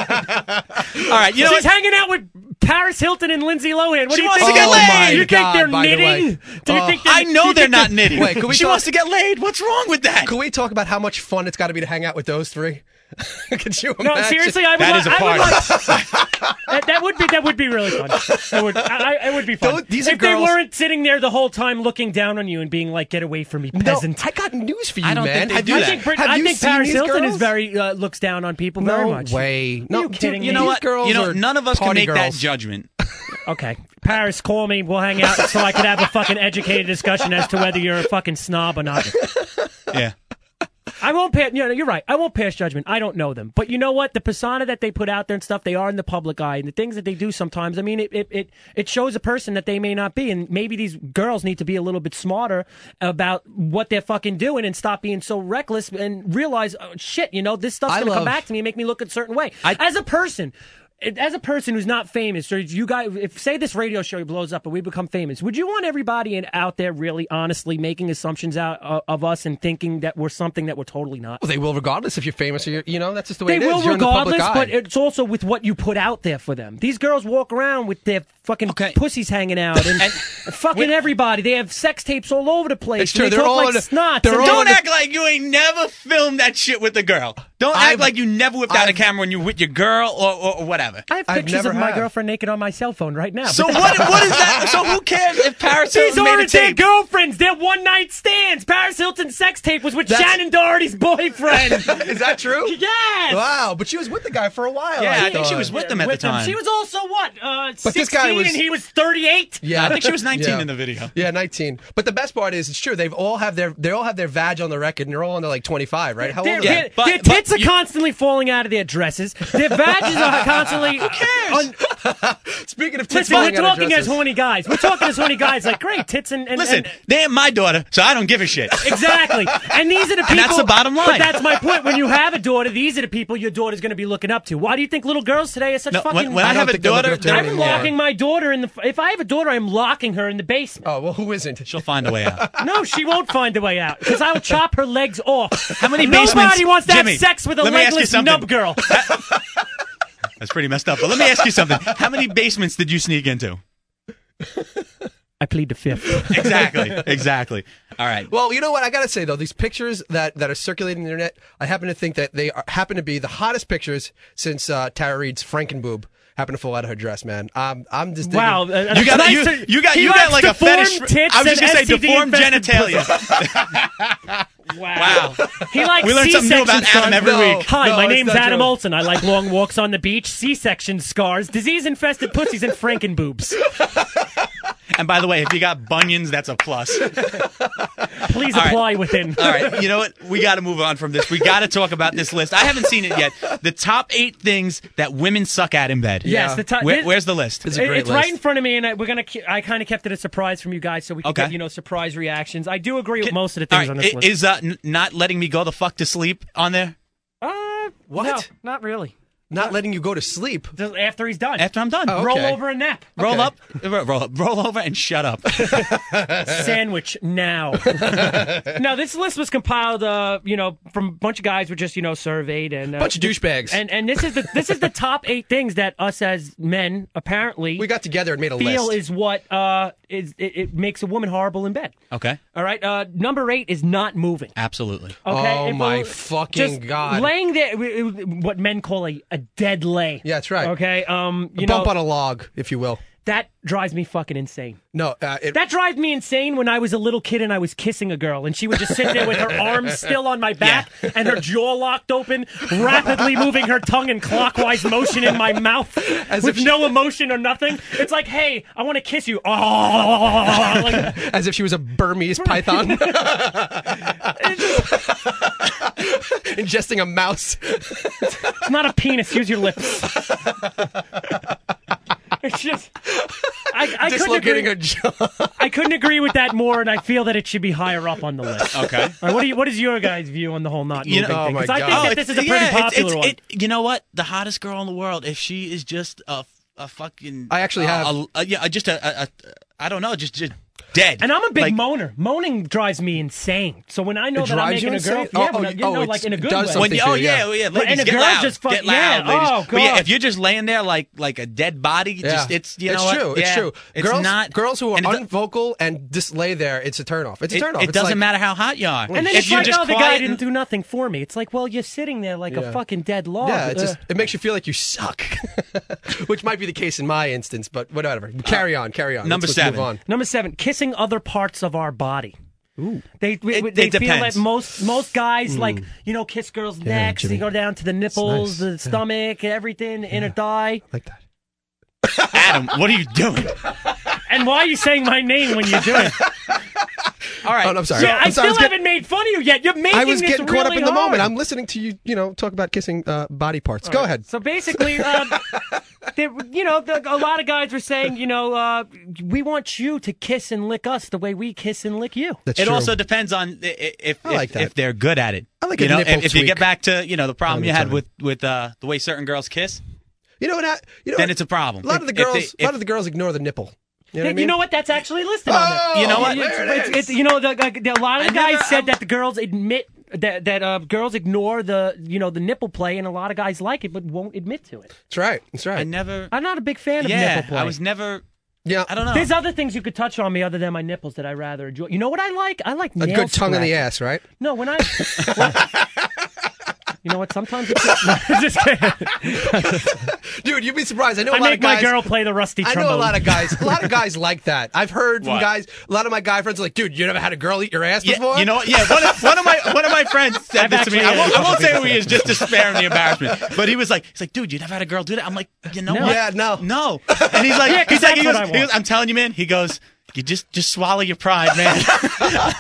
B: All right. You know what?
D: She's hanging out with Paris Hilton and Lindsay Lohan. What
B: She
D: do you
B: wants
D: think?
B: to get laid. Oh my
D: You think
C: God,
D: they're
C: by the way.
D: knitting? Do you
C: Oh.
D: think they're,
B: I
D: do
B: know
D: you
B: they're
D: think
B: not knitting.
C: Wait, can we
B: she
C: talk-
B: wants to get laid. What's wrong with that?
C: Can we talk about how much fun it's got to be to hang out with those three? Could you
D: No,
C: imagine?
D: seriously, I would.
B: That
D: li-
B: is a
D: I would
B: party.
D: like- that, that would be that would be really fun. That would I, I- it would be fun.
C: Don't- these are
D: if they
C: girls-
D: weren't sitting there the whole time looking down on you and being like, "Get away from me,
C: No,
D: peasant."
C: I got news for you,
B: I don't
C: man.
B: think they
C: Have
B: do
C: you-
B: that.
D: I think, Brit-
C: have
D: I
C: you
D: think
C: seen
D: Paris
C: these
D: Hilton is
C: girls?
D: very uh, looks down on people
C: No
D: very much.
C: way. No,
D: you
C: dude,
D: kidding
C: You
D: me?
C: know
D: These
C: what? Girls
B: you know,
C: are
B: none of us can
C: party
B: make that
C: girls.
B: judgment.
D: Okay, Paris, call me. We'll hang out so I could have a fucking educated discussion as to whether you're a fucking snob or not.
B: yeah.
D: I won't pass. You know, you're right. I won't pass judgment. I don't know them, but you know what? The persona that they put out there and stuff, they are in the public eye, and the things that they do sometimes. I mean, it it it, it shows a person that they may not be, and maybe these girls need to be a little bit smarter about what they're fucking doing and stop being so reckless and realize, oh, shit, you know, this stuff's
C: I
D: gonna come
C: love-
D: back to me and make me look a certain way as a person. it- As a person who's not famous, or you guys, if say this radio show blows up and we become famous, would you want everybody in, out there really honestly making assumptions out uh, of us and thinking that we're something that we're totally not?
C: Well, they will, regardless if you're famous or you're, you know, that's just the way
D: They
C: it is.
D: will
C: You're in the public
D: regardless,
C: eye.
D: but it's also with what you put out there for them. These girls walk around with their fucking
B: Okay.
D: pussies hanging out and, fucking everybody. They have sex tapes all over the place.
C: It's
D: and
C: true.
D: They
C: They're
D: talk
C: all
D: like
C: in a-
D: snots.
C: they're
D: and-
C: all in
B: Don't
C: a-
B: act like you ain't never filmed that shit with a girl. Don't
C: I've-
B: act like you never whipped out a
C: I've-
B: camera when you with your girl or, or, or whatever.
D: I have
C: I've
D: pictures
C: never
D: of my
C: have.
D: girlfriend naked on my cell phone right now.
B: So
D: But
B: what? What is that? So who cares if Paris
D: These
B: Hilton made a
D: aren't their
B: tape?
D: girlfriends. They're one night stands. Paris Hilton's sex tape was with
C: That's-
D: Shannon Doherty's boyfriend.
C: Is that true?
D: yes.
C: Wow, but she was with the guy for a while.
B: Yeah, I think
C: thought.
B: she was with them at
D: With
B: the
D: him.
B: time.
D: She was also what? Uh, 16
C: But this guy was-
D: and he was 38.
C: Yeah,
B: I think she was 19
C: Yeah.
B: in the video.
C: Yeah, 19. But the best part is, it's true. They've all have their they all have their vag on the record, and they're all under like 25, right? How
D: Their,
C: old? Are
D: their,
C: they?
B: but-
D: their
B: but
D: tits are
B: you-
D: constantly falling out of their dresses. Their badges are constantly. Who cares?
C: Speaking of tits
D: listen, we're
C: falling out of
D: talking as
C: dresses.
D: horny guys. We're talking as horny guys. Like great tits and, and
B: Listen,
D: and-
B: they ain't my daughter, so I don't give a shit.
D: Exactly, and these are the people.
B: that's the bottom
D: But
B: line.
D: that's my point. When you have a daughter, these are the people your daughter's going to be looking up to. Why do you think little girls today are such
B: No,
D: fucking?
B: when, when I,
C: don't
B: have a
C: think they're
B: daughter,
C: looking up to
B: they're-
D: I'm
C: anymore.
D: locking my daughter in the. If I have a daughter, I'm locking her in the basement.
C: Oh well, who isn't?
B: she'll find a way out.
D: No, she won't find a way out because I will chop her legs off. How
B: many
D: Nobody
B: basements-
D: wants to
B: Jimmy,
D: have sex with a
B: let me ask you
D: legless
B: something.
D: nub girl.
B: That's pretty messed up. But let me ask you something. How many basements did you sneak into?
D: I plead the fifth.
B: Exactly. Exactly. All right.
C: Well, you know what? I gotta say though, these pictures that, that are circulating on the internet, I happen to think that they are, happen to be the hottest pictures since uh, Tara Reid's Frankenboob happened to fall out of her dress. Man, um, I'm just digging-
D: Wow, uh,
B: You got,
D: nice
B: you,
D: to-
B: you got,
D: he
B: you got
D: likes
B: like a
D: deformed
B: fetish.
D: Tits
B: I was just
D: and
B: gonna say
D: STD
B: deformed
D: infested
B: genitalia.
D: pussy. Wow, he likes.
B: We learn something new about Adam
D: C-section
B: every
C: No.
B: week.
D: Hi,
C: No,
D: my
C: it's
D: name's
C: not
D: Adam
C: true.
D: Olson. I like long walks on the beach, C-section scars, disease-infested pussies, and frankenboobs.
B: And by the way, if you got bunions, that's a plus.
D: Please
B: right.
D: apply within.
B: All right, you know what? We got to move on from this. We got to talk about this list. I haven't seen it yet. The top eight things that women suck at in bed.
D: Yes, the top-
B: Where,
D: this-
B: where's the list?
C: It's a great
D: it's right
C: list.
D: in front of me, and I, we're gonna. ke- I kind of kept it a surprise from you guys, so we could
B: Okay.
D: get you know surprise reactions. I do agree with most of the
B: All
D: things
B: right,
D: on this
B: i-
D: list.
B: Is uh, n- not letting me go the fuck to sleep on there
D: uh,
C: What?
D: No, not really.
C: Not letting you go to sleep.
D: Just After he's done,
B: after I'm done?
C: Oh,
B: Roll,
D: roll
C: okay.
D: over and nap.
B: roll
C: okay.
B: up, ro- roll up, roll over, and shut up.
D: sandwich now. no, this list was compiled, uh, you know, from a bunch of guys were just you know surveyed and uh,
C: Bunch of douchebags.
D: And and this is the this is the top eight things that us as men apparently
C: We got together and made a
D: feel
C: list.
D: is what uh is it, it makes a woman horrible in bed.
B: Okay,
D: All right, uh, number eight is not moving.
B: absolutely.
D: Okay,
C: Oh,
D: If a-
C: my fucking
D: just
C: God.
D: Laying there, w- w- what men call a, a dead lay.
C: Yeah, that's right.
D: Okay, um, you
C: Bump
D: know
C: on a log, if you will.
D: that drives me fucking insane.
C: No, uh, it,
D: That drives me insane when I was a little kid and I was kissing a girl and she would just sit there with her arms still on my back and her jaw locked open, rapidly moving her tongue in clockwise motion in my mouth with
C: if she-
D: no emotion or nothing. It's like, hey, I want to kiss you. Oh, like,
C: as if she was a Burmese python ingesting a mouse.
D: it's not a penis. Use your lips. It's just, I, I couldn't agree.
C: dislocating her jaw.
D: I couldn't agree with that more, and I feel that it should be higher up on the list.
B: Okay.
D: All right, what do you? What is your guys' view on the whole not
B: You know-
D: moving
B: oh
D: thing?
C: my
D: 'Cause I think
C: God.
D: that
B: Oh,
D: this is
B: it's-
D: a pretty
B: yeah, it's-
D: popular
B: it's-
D: one.
B: it- you know what? The hottest girl in the world, if she is just a, a fucking.
C: I actually
B: a-
C: have-
B: a- a- yeah, just a, a, a. I don't know, just just dead.
D: And I'm a big
B: Like,
D: moaner. Moaning drives me insane. So when I know
C: It
D: that I'm
C: drives you
D: making a girl,
C: insane?
D: yeah,
C: Oh,
D: when
C: oh,
D: I- you
C: oh,
D: know,
C: it's-
D: like in a
C: it
D: good
C: does
D: way.
C: something
B: When you,
C: to
B: oh
C: you,
B: yeah,
C: yeah.
B: oh, yeah,
D: Well,
B: ladies,
D: and a
B: get
D: girl
B: loud,
D: just fuck-
B: get loud,
D: yeah,
B: ladies.
D: oh,
B: But yeah,
D: God.
B: if you're just laying there like like a dead body,
C: Yeah.
B: just it's you know
C: it's
B: what?
C: true. It's
B: Yeah.
C: true.
B: It's
C: girls,
B: not
C: girls who are
B: and it do-
C: unvocal and just lay there. It's a turnoff. It's a
B: It,
C: turnoff.
B: it
C: It's
B: doesn't
C: like-
B: matter how hot you are.
D: And then
B: if
D: it's
B: you're
D: like,
B: just
D: oh, the guy
B: quiet
D: didn't
B: and-
D: do nothing for me. It's like, well, you're sitting there like
C: Yeah.
D: a fucking dead log.
C: Yeah, it just
D: Ugh.
C: it makes you feel like you suck, which might be the case in my instance, but whatever. Carry on, carry on.
B: Uh, number
C: Let's, let's
B: seven.
C: move on.
D: Number seven, kissing other parts of our body. Ooh. They we-
B: It-
D: we-
B: it
D: they feel
B: depends.
D: that most most guys like you know kiss girls' necks. They
C: Hmm. Jimmy.
D: go down to the nipples,
C: nice.
D: the stomach, everything, inner thigh.
C: Like that.
B: Adam, what are you doing?
D: And why are you saying my name when you do it?
B: All right.
C: Oh, no, I'm sorry.
D: Yeah, I
C: I'm sorry.
D: still
C: I was, get-
D: haven't made fun of you yet. You're making
C: I was
D: this
C: getting caught up
D: really
C: in the moment.
D: hard.
C: I'm listening to you, you know, talk about kissing uh, body parts. Go ahead.
D: So basically, um, there, you know, the, a lot of guys were saying, you know, uh, we want you to kiss and lick us the way we kiss and lick you.
C: That's
B: it
C: true.
B: also depends on i- i- if
C: I like
B: if,
C: that.
B: if they're good at it.
C: I like
B: you
C: a
B: know
C: nipple
B: if, if you get
C: tweak.
B: back to you know the problem
C: All
B: you
C: the
B: had
C: time.
B: with with uh, the way certain girls kiss.
C: you know what? I, you know
B: Then
C: what?
B: it's a problem.
C: A lot of the
B: If- if
C: girls,
B: they-
C: a lot
B: if-
C: of the girls ignore the nipple. You know what I
D: You
C: mean?
D: know what? That's actually listed on there.
C: Oh,
B: You know what?
D: It's-
C: There
D: it's-
C: it
D: it's-
C: is.
D: you know, the, the- the- a lot of
B: I
D: guys
B: never-
D: said
B: I'm-
D: that the girls admit that that uh, girls ignore the you know the nipple play, and a lot of guys like it but won't admit to it.
C: That's right. That's
B: I
C: right.
B: never.
D: I'm not a big fan of
B: yeah,
D: nipple play.
B: I was never.
C: Yeah.
B: I don't know.
D: There's other things you could touch on me other than my nipples that I rather enjoy. You know what I like? I like
C: A
D: nail
C: good tongue in the
D: scratching.
C: ass, right?
D: No, when I. you know what? Sometimes it's no, I'm just kidding.
C: Dude, you'd be surprised. I know a
D: I
C: lot
D: make
C: of guys.
D: my girl play the rusty
C: I
D: trombone.
C: know a lot of guys. A lot of guys like that. I've heard from
B: What?
C: guys. A lot of my guy friends are like, "Dude, you never had a girl eat your ass before."
B: Yeah, you know what? Yeah, one of, one of my one of my friends said
D: I've
B: this to me.
D: actually
B: I won't,
D: had
B: I won't say who he is, just to spare him the embarrassment. But he was like, he's like, dude, you never had a girl do that. I'm like, you know
D: No.
B: what?
C: Yeah, no.
B: no. And he's like,
D: Yeah, 'cause
B: he's like, he
D: that's
B: goes,
D: what I
B: he
D: want.
B: goes, I'm telling you, man. He goes, you just just swallow your pride, man.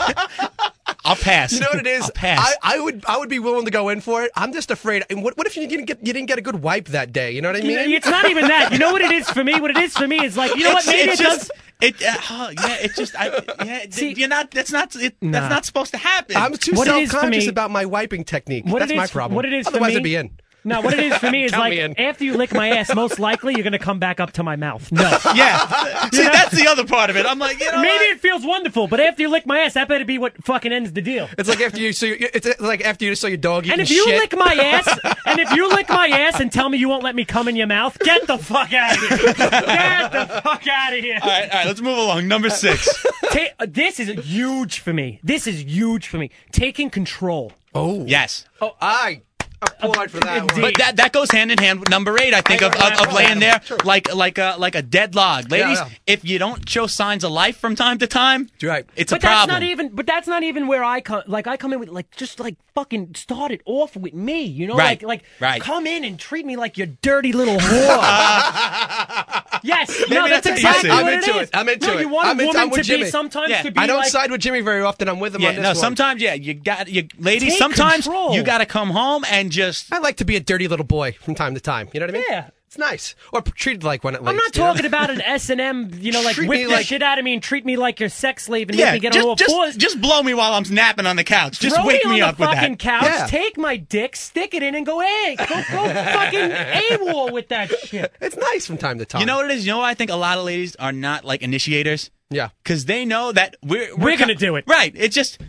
B: I'll pass.
C: You know what it is?
B: I'll
C: I,
B: pass.
C: I would I would be willing to go in for it. I'm just afraid. and What, what if you didn't get you didn't get a good wipe that day? You know what I mean?
D: You know, it's not even that. You know what it is for me? What it is for me is like you know
B: It's-
D: what? Maybe
B: it's
D: it
B: just,
D: does.
B: It, uh, oh, yeah, it's just, I, yeah, th-
D: See-
B: you're not, that's not, it,
D: Nah.
B: that's not supposed to happen.
C: I'm too
D: What it is for
C: self-conscious
D: me-
C: about my wiping technique.
D: What
C: That's
D: it is,
C: my problem.
D: What it is
C: Otherwise,
D: for me,
C: I'd be in.
D: No, what it is for me is
C: Count
D: like
C: me in.
D: after you lick my ass, most likely you're gonna come back up to my mouth. No.
B: yeah. See, that's the other part of it. I'm like, you know
D: Maybe
B: what?
D: it feels wonderful, but after you lick my ass, that better be what fucking ends the deal.
C: It's like after you. So you, it's like after you saw your dog eating
D: And if you
C: shit.
D: lick my ass, and if you lick my ass and tell me you won't let me come in your mouth, get the fuck out of here. Get the fuck out of here.
B: All right, all right, let's move along.
D: Uh,
B: Number six.
D: Ta- uh, this is huge for me. This is huge for me. Taking control.
C: oh
B: Yes.
C: Oh, I applaud for that one.
D: Indeed.
B: But that that goes hand in hand with number eight, I think, of, of, of laying there like like a like a dead log, ladies.
C: yeah.
B: If you don't show signs of life from time to time,
C: Right.
B: it's a
D: But that's
B: problem.
D: not even. But that's not even where I come. Like I come in with like just like fucking start it off with me. You know,
B: Right,
D: like like
B: right.
D: come in and treat me like your dirty little whore. yes, no,
B: Maybe that's
D: that's,
B: how you
D: exactly
B: see it.
D: what
C: I'm into
D: is.
C: it. I'm into
D: no,
C: it.
D: You want
C: I'm
D: a
C: into-
D: woman
C: I'm with
D: to be
C: Jimmy.
D: sometimes
B: Yeah,
D: to be
C: I don't
D: like.
C: side with Jimmy very often. I'm with him on
B: yeah,
C: this
B: no.
C: one.
B: Sometimes, yeah, you got you, ladies.
D: Take
B: sometimes
D: control.
B: you got to come home and just.
C: I like to be a dirty little boy from time to time. You know what I mean?
D: Yeah.
C: It's nice. Or p- treated like one at least.
D: I'm not
C: you know?
D: talking about an S and M. You know, like
C: Treat me
D: whip the
C: like-
D: shit out of me and treat me like your sex slave and
B: Yeah,
D: make me get
B: just,
D: on all
B: just,
D: fours.
B: just blow me while I'm napping on the couch. Just
D: Throw
B: wake
D: me,
B: me,
D: on
B: up
D: the
B: with
D: fucking
B: that.
D: couch,
C: Yeah.
D: take my dick, stick it in, and go, hey, go, go fucking AWOL with that shit.
C: It's nice from time to time.
B: You know what it is? You know why I think a lot of ladies are not like initiators?
C: Yeah.
B: Because they know that we're
D: We're gonna do it.
B: Right. It's just,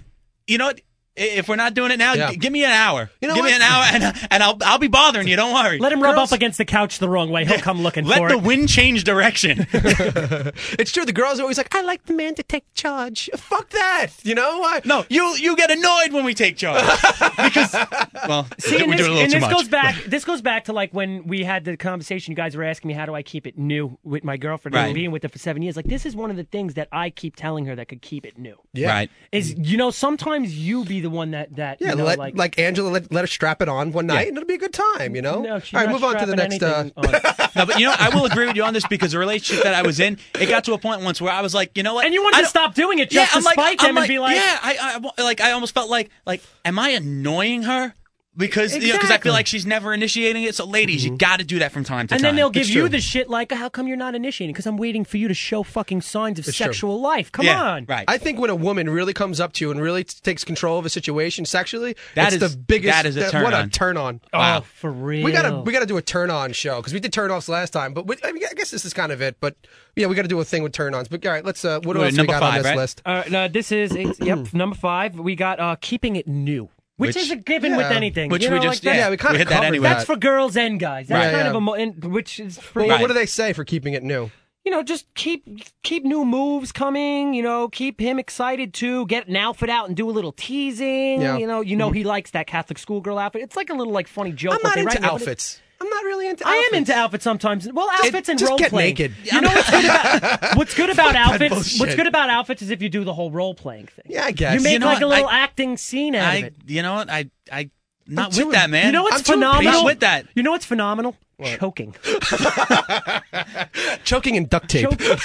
B: you know what? I- If we're not doing it now,
C: Yeah.
B: g- give me an hour.
C: You know
B: give me
C: what?
B: an hour, and, and I'll I'll be bothering you. Don't worry.
D: Let him rub
C: Girls-
D: up against the couch the wrong way. He'll come looking
B: Let
D: for
B: the
D: it.
B: wind change direction.
C: It's true. The girls are always like, I like the man to take charge. Fuck that. You know? I,
B: no, you you get annoyed when we take charge because well,
D: See, and
B: we're doing a
D: this,
B: little
D: and
B: too
D: this
B: much.
D: goes back. This goes back to like when we had the conversation. You guys were asking me how do I keep it new with my girlfriend and
B: Right.
D: being with her for seven years. Like this is one of the things that I keep telling her that could keep it new.
C: Yeah.
B: Right.
D: Is you know sometimes you be the one that that
C: Yeah,
D: you know,
C: let, like,
D: like,
C: Angela, let, let her strap it on one night and it'll be a good time, you know?
D: no, she's
C: All right,
D: not
C: move on to the
D: strapping
C: next. Uh,
D: anything on.
B: No, but you know, I will agree with you on this because the relationship that I was in, it got to a point once where I was like, you know what?
D: And you wanted
B: I
D: to
B: don't-
D: stop doing it just to spite
B: I'm
D: him and be like-
B: yeah, I, I, I wa- like, I almost felt like, like, am I annoying her because you know, 'cause I
D: Exactly. Mm-hmm.
B: feel like she's never initiating it. So, ladies, you got to do that from time to
D: And
B: time.
D: then they'll give
C: It's
D: you
C: true.
D: the shit like, how come you're not initiating? Because I'm waiting for you to show fucking signs of
C: true.
D: sexual life. Come
B: yeah,
D: on.
B: right.
C: I think when a woman really comes up to you and really t- takes control of a situation sexually,
B: That
C: that's
B: is-
C: the biggest.
B: that is a turn
C: what
B: on.
C: a turn on!
D: Oh, for real.
C: We gotta we gotta do a turn on show because we did turn offs last time, but we, I, mean, I guess this is kind of it. But yeah, we gotta do a thing with turn ons. But all right, let's. Uh, what
B: Wait,
C: else we
B: number
C: got on
B: five,
C: this
B: right?
C: list?
D: All right, Uh, no, this is it's, yep number five. We got uh, keeping it new, which,
B: Which-
D: is a given with
C: yeah.
D: anything.
B: Which
D: you
B: we
D: know,
B: just
D: like
B: yeah,
C: Yeah, we kinda
B: hit that
C: covered
B: anyway.
D: That's for girls and guys. That's
C: Right.
D: kind of
C: Yeah.
D: a mo- and, which is for
C: Well,
B: Right.
C: What do they say for keeping it new?
D: you know just keep keep new moves coming. You know, keep him excited too. Get an outfit out and do a little teasing.
C: Yeah. Mm-hmm.
D: You know, you know he likes that Catholic schoolgirl outfit. It's like a little like funny joke.
C: I'm
D: what
C: not
D: they
C: into
D: write now, but it-
C: outfits. I'm not really into.
D: I
C: outfits.
D: am into outfits sometimes. Well, outfits and
C: just
D: role
C: get
D: playing.
C: naked.
D: You know what's good about what's good about outfits? What's
C: bullshit.
D: good about outfits is if you do the whole role playing thing.
C: Yeah, I guess.
D: you make
B: know
D: like a
B: what?
D: little
B: I-
D: acting scene out of
B: I,
D: it.
B: you know what? I, I, not
C: too-
B: with that, man.
D: You know what's
C: I'm too
D: phenomenal?
B: patient with that.
D: You know what's phenomenal? Choking,
C: choking and duct tape.
D: choking,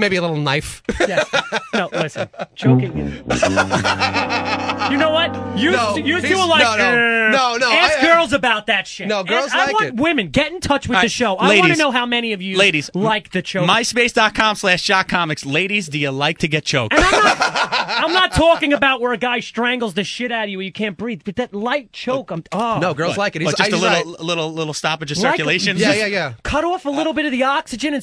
C: Maybe a little knife.
D: Yes. No, listen, choking. is- you know what? You
C: No,
D: you
C: he's-
D: do like
C: no, no,
D: "Uh,"
C: no, no,
D: Ask
C: I- I-
D: girls about that shit.
C: No, girls
D: Ask- I,
C: like
D: want
C: it.
D: women get in touch with the
B: right,
D: show. I want to
B: ladies.
D: know how many of you
B: Ladies,
D: like the choking.
B: MySpace.com slash shot comics. Ladies, do you like to get choked?
D: And I'm not, I'm not talking about where a guy strangles the shit out of you where you can't breathe, but that light choke. I'm oh
C: No, girls like it. He's
B: What, just
C: I-
B: a
C: he's like-
B: little, little, little stoppage of
D: Like-
B: circulation.
C: yeah, yeah, yeah.
D: Cut off a little bit of the oxygen and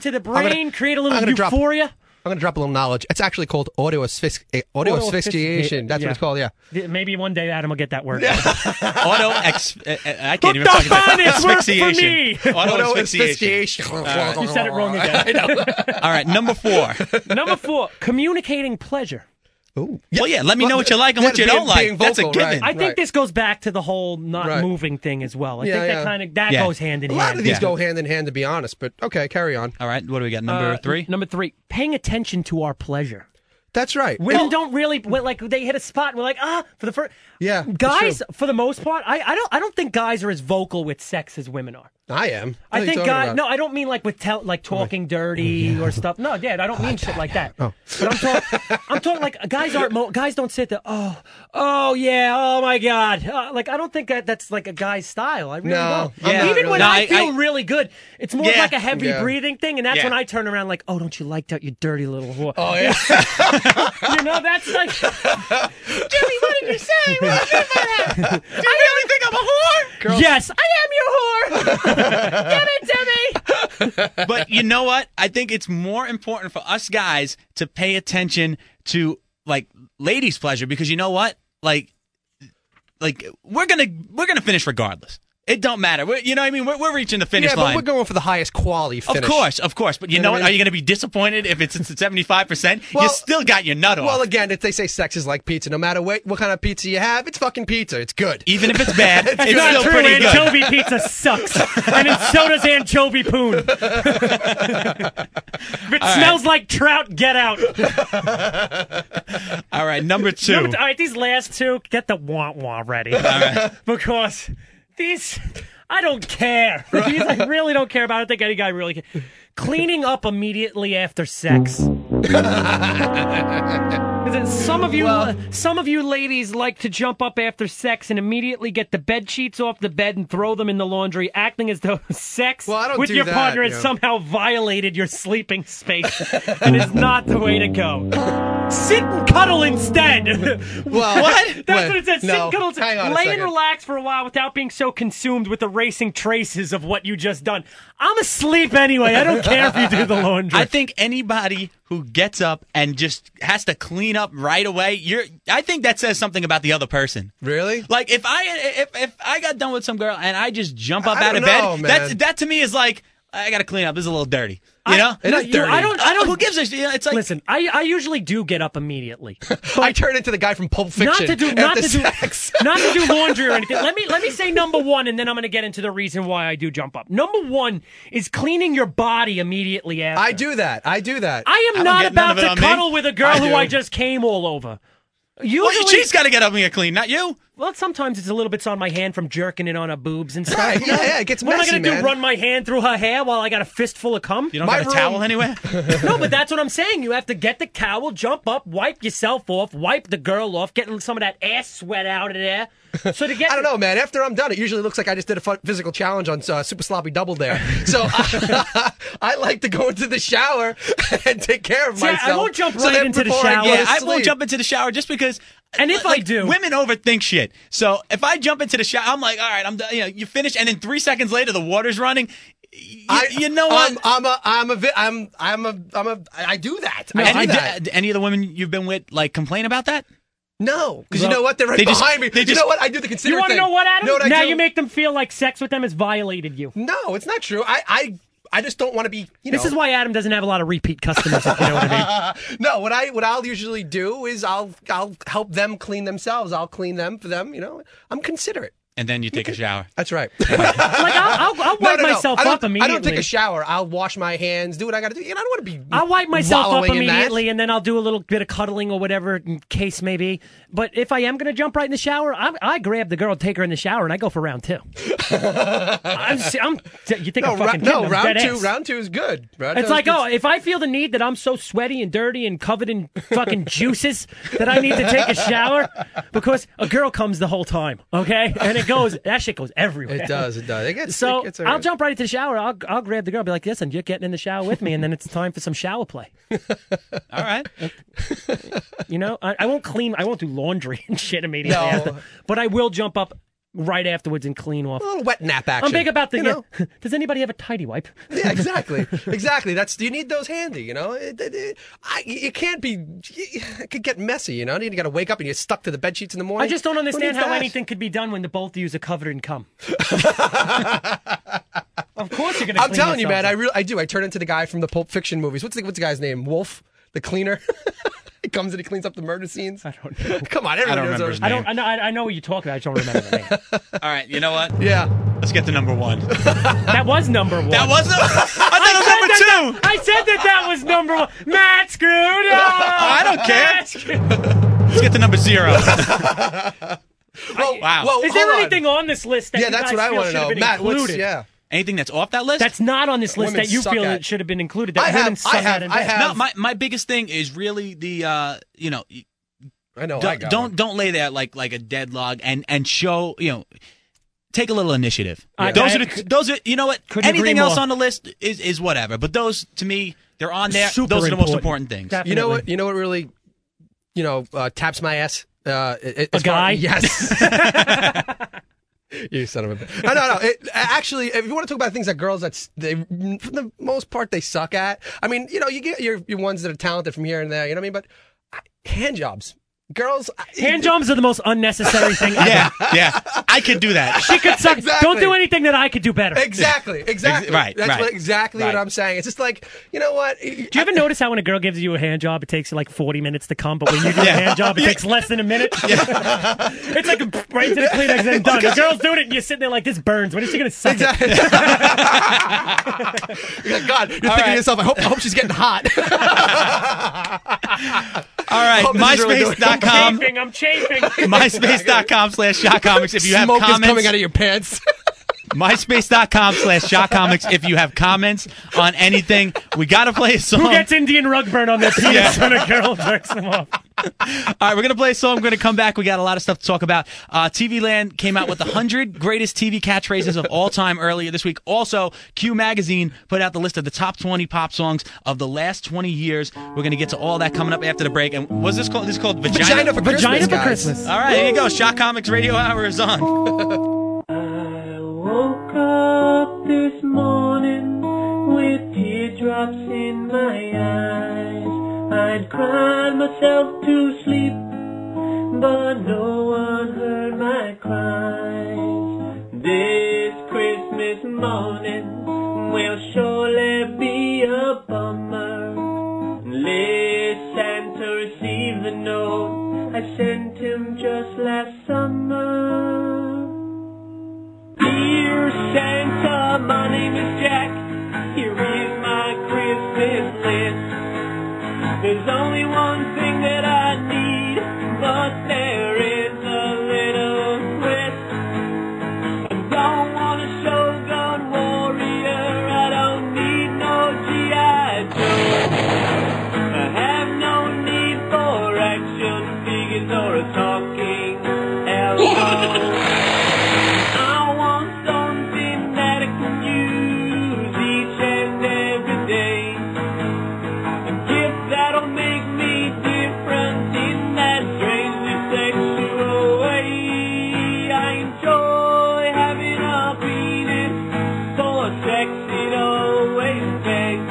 D: to the brain, create a little
C: I'm gonna drop-
D: euphoria.
C: I'm gonna drop a little knowledge. It's actually called audio, asphyx- eh, audio
D: Auto
C: asphyxiation.
D: asphyxiate-
C: That's
D: yeah.
C: what it's called. Yeah.
D: Th- Maybe one day Adam will get that word.
B: Auto ex. uh, uh, I can't even
D: the
B: talk about
D: finest word for
B: asphyxiation.
D: me.
B: Auto asphyxiation. Uh,
D: You said it wrong again.
B: All right, number four.
D: Number four, communicating pleasure.
B: Well, yeah, let me know what you like and
C: Yeah,
B: what you
C: being-
B: don't like.
C: being
B: That's a
C: vocal,
B: given.
C: right.
D: I think this goes back to the whole not
C: Right.
D: moving thing as well. I
C: Yeah,
D: think that
C: yeah.
D: kind of that
B: Yeah.
D: goes hand in
C: A
D: hand.
C: lot of these
B: Yeah.
C: go hand in hand, to be honest. But okay, carry on.
B: All right, what do we got? Number
D: Uh,
B: three.
D: Number three, paying attention to our pleasure.
C: That's right.
D: Women don't really well, like they hit a spot. We're like, ah, for the first.
C: Yeah, that's
D: guys, for the most part, I, I don't I don't think guys are as vocal with sex as women are.
C: I am. What are
D: I
C: you
D: think
C: talking
D: guys.
C: about? Oh,
D: No, I don't mean like with tell like talking dirty or stuff. No, Dad, I don't mean shit like that. But I'm talking. I'm talking like guys aren't. Mo- guys don't sit there. Oh, oh yeah. Oh my God. Uh, like I don't think that that's like a guy's style. I really
C: No,
D: don't.
C: I'm
B: not
D: Even
B: really.
D: when
B: No,
D: I,
B: I-
D: feel
B: I-
D: really good, it's more of
B: Yeah.
D: like a heavy
C: Yeah.
D: breathing thing, and that's
B: Yeah.
D: when I turn around like, oh, don't you like that, you dirty little whore?
C: Oh yeah.
D: You know, that's like.
B: Jimmy, what did you say? What did you say? Do you really think I'm a
D: Yes, I am your whore. Damn it, Demi.
B: whore? But you know what? I think it's more important for us guys to pay attention to like ladies' pleasure because you know what? Like, like we're gonna we're gonna finish regardless. It don't matter. We're, you know what I mean? We're, we're reaching the finish
C: yeah,
B: line.
C: but we're going for the highest quality finish.
B: Of course, of course. But you,
C: You
B: know
C: know
B: what?
C: what I
B: Are
C: mean?
B: you going to be disappointed if it's it's at 75%? you
C: Well-
B: still got your nut off.
C: Well, again, if they say sex is like pizza, no matter what, what kind of pizza you have, it's fucking pizza. It's good.
B: Even if it's bad, it's,
D: not
B: still
D: true.
B: pretty good.
D: Anchovy pizza sucks, and then so does anchovy poon. if it smells like trout, get out.
B: All right, number two.
D: Number- all right, these last two, get the wah wah ready, because these. I don't care. These I really don't care about. I don't think any guy really cares. Cleaning up immediately after sex. 'Cause then some of you, uh, some of you ladies like to jump up after sex and immediately get the bed sheets off the bed and throw them in the laundry, acting as though sex
C: Well, I don't
D: with
C: do
D: your
C: that,
D: partner has
C: you know.
D: somehow violated your sleeping space, and is not the way to go. Sit and cuddle instead.
C: Well,
D: That's
C: wait,
D: what it says. Sit
C: no,
D: and cuddle instead.
C: hang on a
D: Lay and
C: second.
D: relax for a while without being so consumed with the racing traces of what you just done. I'm asleep anyway. I don't care if you do the laundry.
B: I think anybody who gets up and just has to clean up right away, you're I think that says something about the other person.
C: Really?
B: Like if I if if I got done with some girl and I just jump up
C: I
B: out of
C: don't
B: bed,
C: know,
B: that
C: man.
B: that to me is like I got to clean up. This is a little dirty. You know?
C: It
D: No,
C: is
D: you-
C: dirty.
D: I don't. I don't.
B: Who gives a shit? It's like
D: Listen, I, I usually do get up immediately.
C: I turn into the guy from Pulp Fiction.
D: Not to do not
C: after
D: to do
C: sex.
D: not to do laundry or anything. Let me let me say number one, and then I'm going to get into the reason why I do jump up. Number one is cleaning your body immediately after.
C: I do that. I do that.
D: I
B: don't
D: am not
B: get none
D: about
B: of it
D: to
B: on me.
D: cuddle with a girl
C: I
D: who
C: do.
D: I just came all over. Usually,
B: Well, she's got to get up and get clean, not you.
D: well, sometimes it's a little bits on my hand from jerking it on her boobs and stuff.
C: Yeah, yeah, it gets
D: What
C: messy,
D: am I gonna
C: man.
D: do? Run my hand through her hair while I got a fistful of cum?
B: You don't
C: My
B: got a
C: room-
B: towel anywhere.
D: no, but that's what I'm saying. You have to get the towel, jump up, wipe yourself off, wipe the girl off, get some of that ass sweat out of there. So to get
C: I don't know, man. After I'm done, it usually looks like I just did a fu- physical challenge on uh, Super Sloppy Double there. So I, I like to go into the shower and take care of
D: I
C: myself.
D: won't jump
C: so
D: right
C: that
D: into the
C: before
D: shower.
C: I, go
B: yeah,
C: to
B: I
C: Oh, sleep-
B: won't jump into the shower just because.
D: And if I
B: like,
D: do-
B: women overthink shit. So if I jump into the shower, I'm like, all right, I'm done. You know, you finish, and then three seconds later, the water's running. You, you know what?
C: I'm, I'm a, I'm a, vi- I'm, I'm a, I'm a, I do that. I do
B: any,
C: that.
B: d- any of the women you've been with like complain about that?
C: No, because you know what? They're right
B: they just-
C: behind me.
B: they
C: you
B: just-
C: know what? I do the consider.
D: you want to
C: thing.
D: know what, Adam?
C: Know what I
D: now
C: do?
D: you make them feel like sex with them has violated you.
C: No, it's not true. I, I, I just don't want to be. You know. uh,
D: This is why Adam doesn't have a lot of repeat customers. if you know what I mean?
C: No, what I what I'll usually do is I'll I'll help them clean themselves. I'll clean them for them. You know, I'm considerate.
B: And then you take a shower.
C: That's right.
D: Like I'll, I'll, I'll
C: No,
D: wipe
C: no, no.
D: myself
C: I don't-
D: up immediately.
C: I don't take a shower. I'll wash my hands, do what I got to do. You know, I don't want to be.
D: I'll wipe myself up
C: wallowing in that.
D: immediately, and then I'll do a little bit of cuddling or whatever in case maybe. But if I am going to jump right in the shower, I'm, I grab the girl, take her in the shower, and I go for round two. I'm, se- I'm, you think
C: No,
D: I'm
C: ra-
D: fucking
C: no
D: kidding. I'm
C: round
D: dead
C: two.
D: ass.
C: Round two is good. Round
D: It's
C: two
D: like,
C: is
D: oh, if I feel the need that I'm so sweaty and dirty and covered in fucking juices that I need to take a shower because a girl comes the whole time, okay? And it goes, that shit goes everywhere.
C: It does. It does. It gets.
D: So
C: it gets
D: I'll jump right into the shower. I'll, I'll grab the girl, be like, listen, you're getting in the shower with me, and then it's time for some shower play.
B: All right.
D: You know, I, I won't clean, I won't do laundry and shit immediately
C: No.
D: after, but I will jump up right afterwards and clean off.
C: a little wet nap action.
D: I'm big about the.
C: You know?
D: yeah, does anybody have a tidy wipe?
C: yeah, exactly, exactly. That's you need those handy. You know, It- it- it- I, you can't be. It could get messy. You know, you got to wake up and you're stuck to the bed sheets in the morning.
D: I just don't
C: Who
D: understand
C: needs
D: how
C: that?
D: anything could be done when the both of you are covered in cum. of course you're gonna.
C: I'm
D: clean
C: telling you, man.
D: yourselves
C: I
D: up.
C: really, I do. I turn into the guy from the Pulp Fiction movies. What's the what's the guy's name? Wolf, the cleaner. he comes and he cleans up the murder scenes. I
D: don't know.
C: Come on, everyone
B: I don't
C: knows
B: remember
C: those-
B: his
D: I
B: name.
D: don't. I know. I, I know what you're talking about. I just don't remember the name.
B: All right. You know what?
C: Yeah,
B: Let's get to number one.
D: That was number one.
B: That was number. I thought it was number two.
D: I said that that was number one. Matt screwed up. I
B: don't care.
D: care.
B: Let's get to number zero. wow.
C: Whoa,
D: Is there
C: hold on.
D: anything on this list that
C: Yeah,
D: you
C: that's
D: guys
C: what I
D: feel
C: want to
D: should
C: know,
D: have been
C: Matt. What's,
D: included?
C: yeah,
B: Anything that's off that list?
D: That's not on this list
C: Women
D: that you
C: suck
D: feel
C: at
D: that
C: it.
D: should have been included. That
C: I have-
D: women suck
C: I have-
D: at it.
C: I have-
B: no. My my biggest thing is really the uh you know
C: I know. I
B: don't
C: got
B: don't,
C: one.
B: don't lay there like like a deadlog and and show you know take a little initiative.
D: I-
B: Those
D: I-
B: are the, those are you know what
D: Couldn't agree
B: anything else
D: more.
B: on the list is is whatever, but those to me they're on there.
D: Super
B: those are the most important
D: important.
B: things.
D: Definitely.
C: You know what? You know what really, you know, uh, taps my ass. Uh, a
D: guy?
C: yes. you son of a. bitch. No, no, no. It, actually, if you want to talk about things that girls that's they for the most part they suck at. I mean, you know, you get your your ones that are talented from here and there. You know what I mean? But uh, hand jobs, girls. I-
D: Hand jobs are the most unnecessary thing. ever.
B: yeah, yeah. I could do that.
D: She could suck.
C: Exactly.
D: Don't do anything that I could do better.
C: Exactly. Exactly.
B: right,
C: That's
B: right,
C: what, exactly
B: right.
C: what I'm saying. It's just like you know what.
D: Do you ever notice how when a girl gives you a hand job, it takes you like 40 minutes to come, but when you do a hand job, it takes less than a minute? it's like right to the Kleenex and done. The girl's doing it, and you're sitting there like, this burns. When is she going to suck it?
C: Exactly. God, you're thinking to
B: right.
C: yourself. I hope, I hope she's getting hot.
B: All right,
C: Hope this is really doing it.
B: myspace.com
D: I'm chafing. I'm chafing.
B: myspace.com slash shot comics if you have
C: Smoke
B: comments.
C: is coming out of your pants.
B: myspace.com slash shot comics if you have comments on anything. We got to play a song.
D: Who gets Indian rug burn on their penis when a girl jerks them off?
B: All right, we're gonna play a song. We're gonna come back. We got a lot of stuff to talk about. Uh, TV Land came out with the hundred greatest TV catchphrases of all time earlier this week. Also, Q Magazine put out the list of the top twenty pop songs of the last twenty years. We're gonna get to all that coming up after the break. And was this called? This is called
C: Vagina
B: Vagina.
C: for Christmas.
D: Vagina for
C: guys.
D: Christmas.
B: all right, here you go. Shot Comics Radio Hour is on.
G: I woke up this morning with teardrops in my eyes. I'd cried myself to sleep, but no one heard my cries. This Christmas morning will surely be a bummer. Listen to receive the note I sent him just last summer. Dear Santa, my name is Jack. Here is my Christmas list. There's only one thing that I need, but action figures or a talking arrow. I want something that I can use each and every day. A gift that'll make me different in that strangely sexual way. I enjoy having a penis, so I sex it always begs.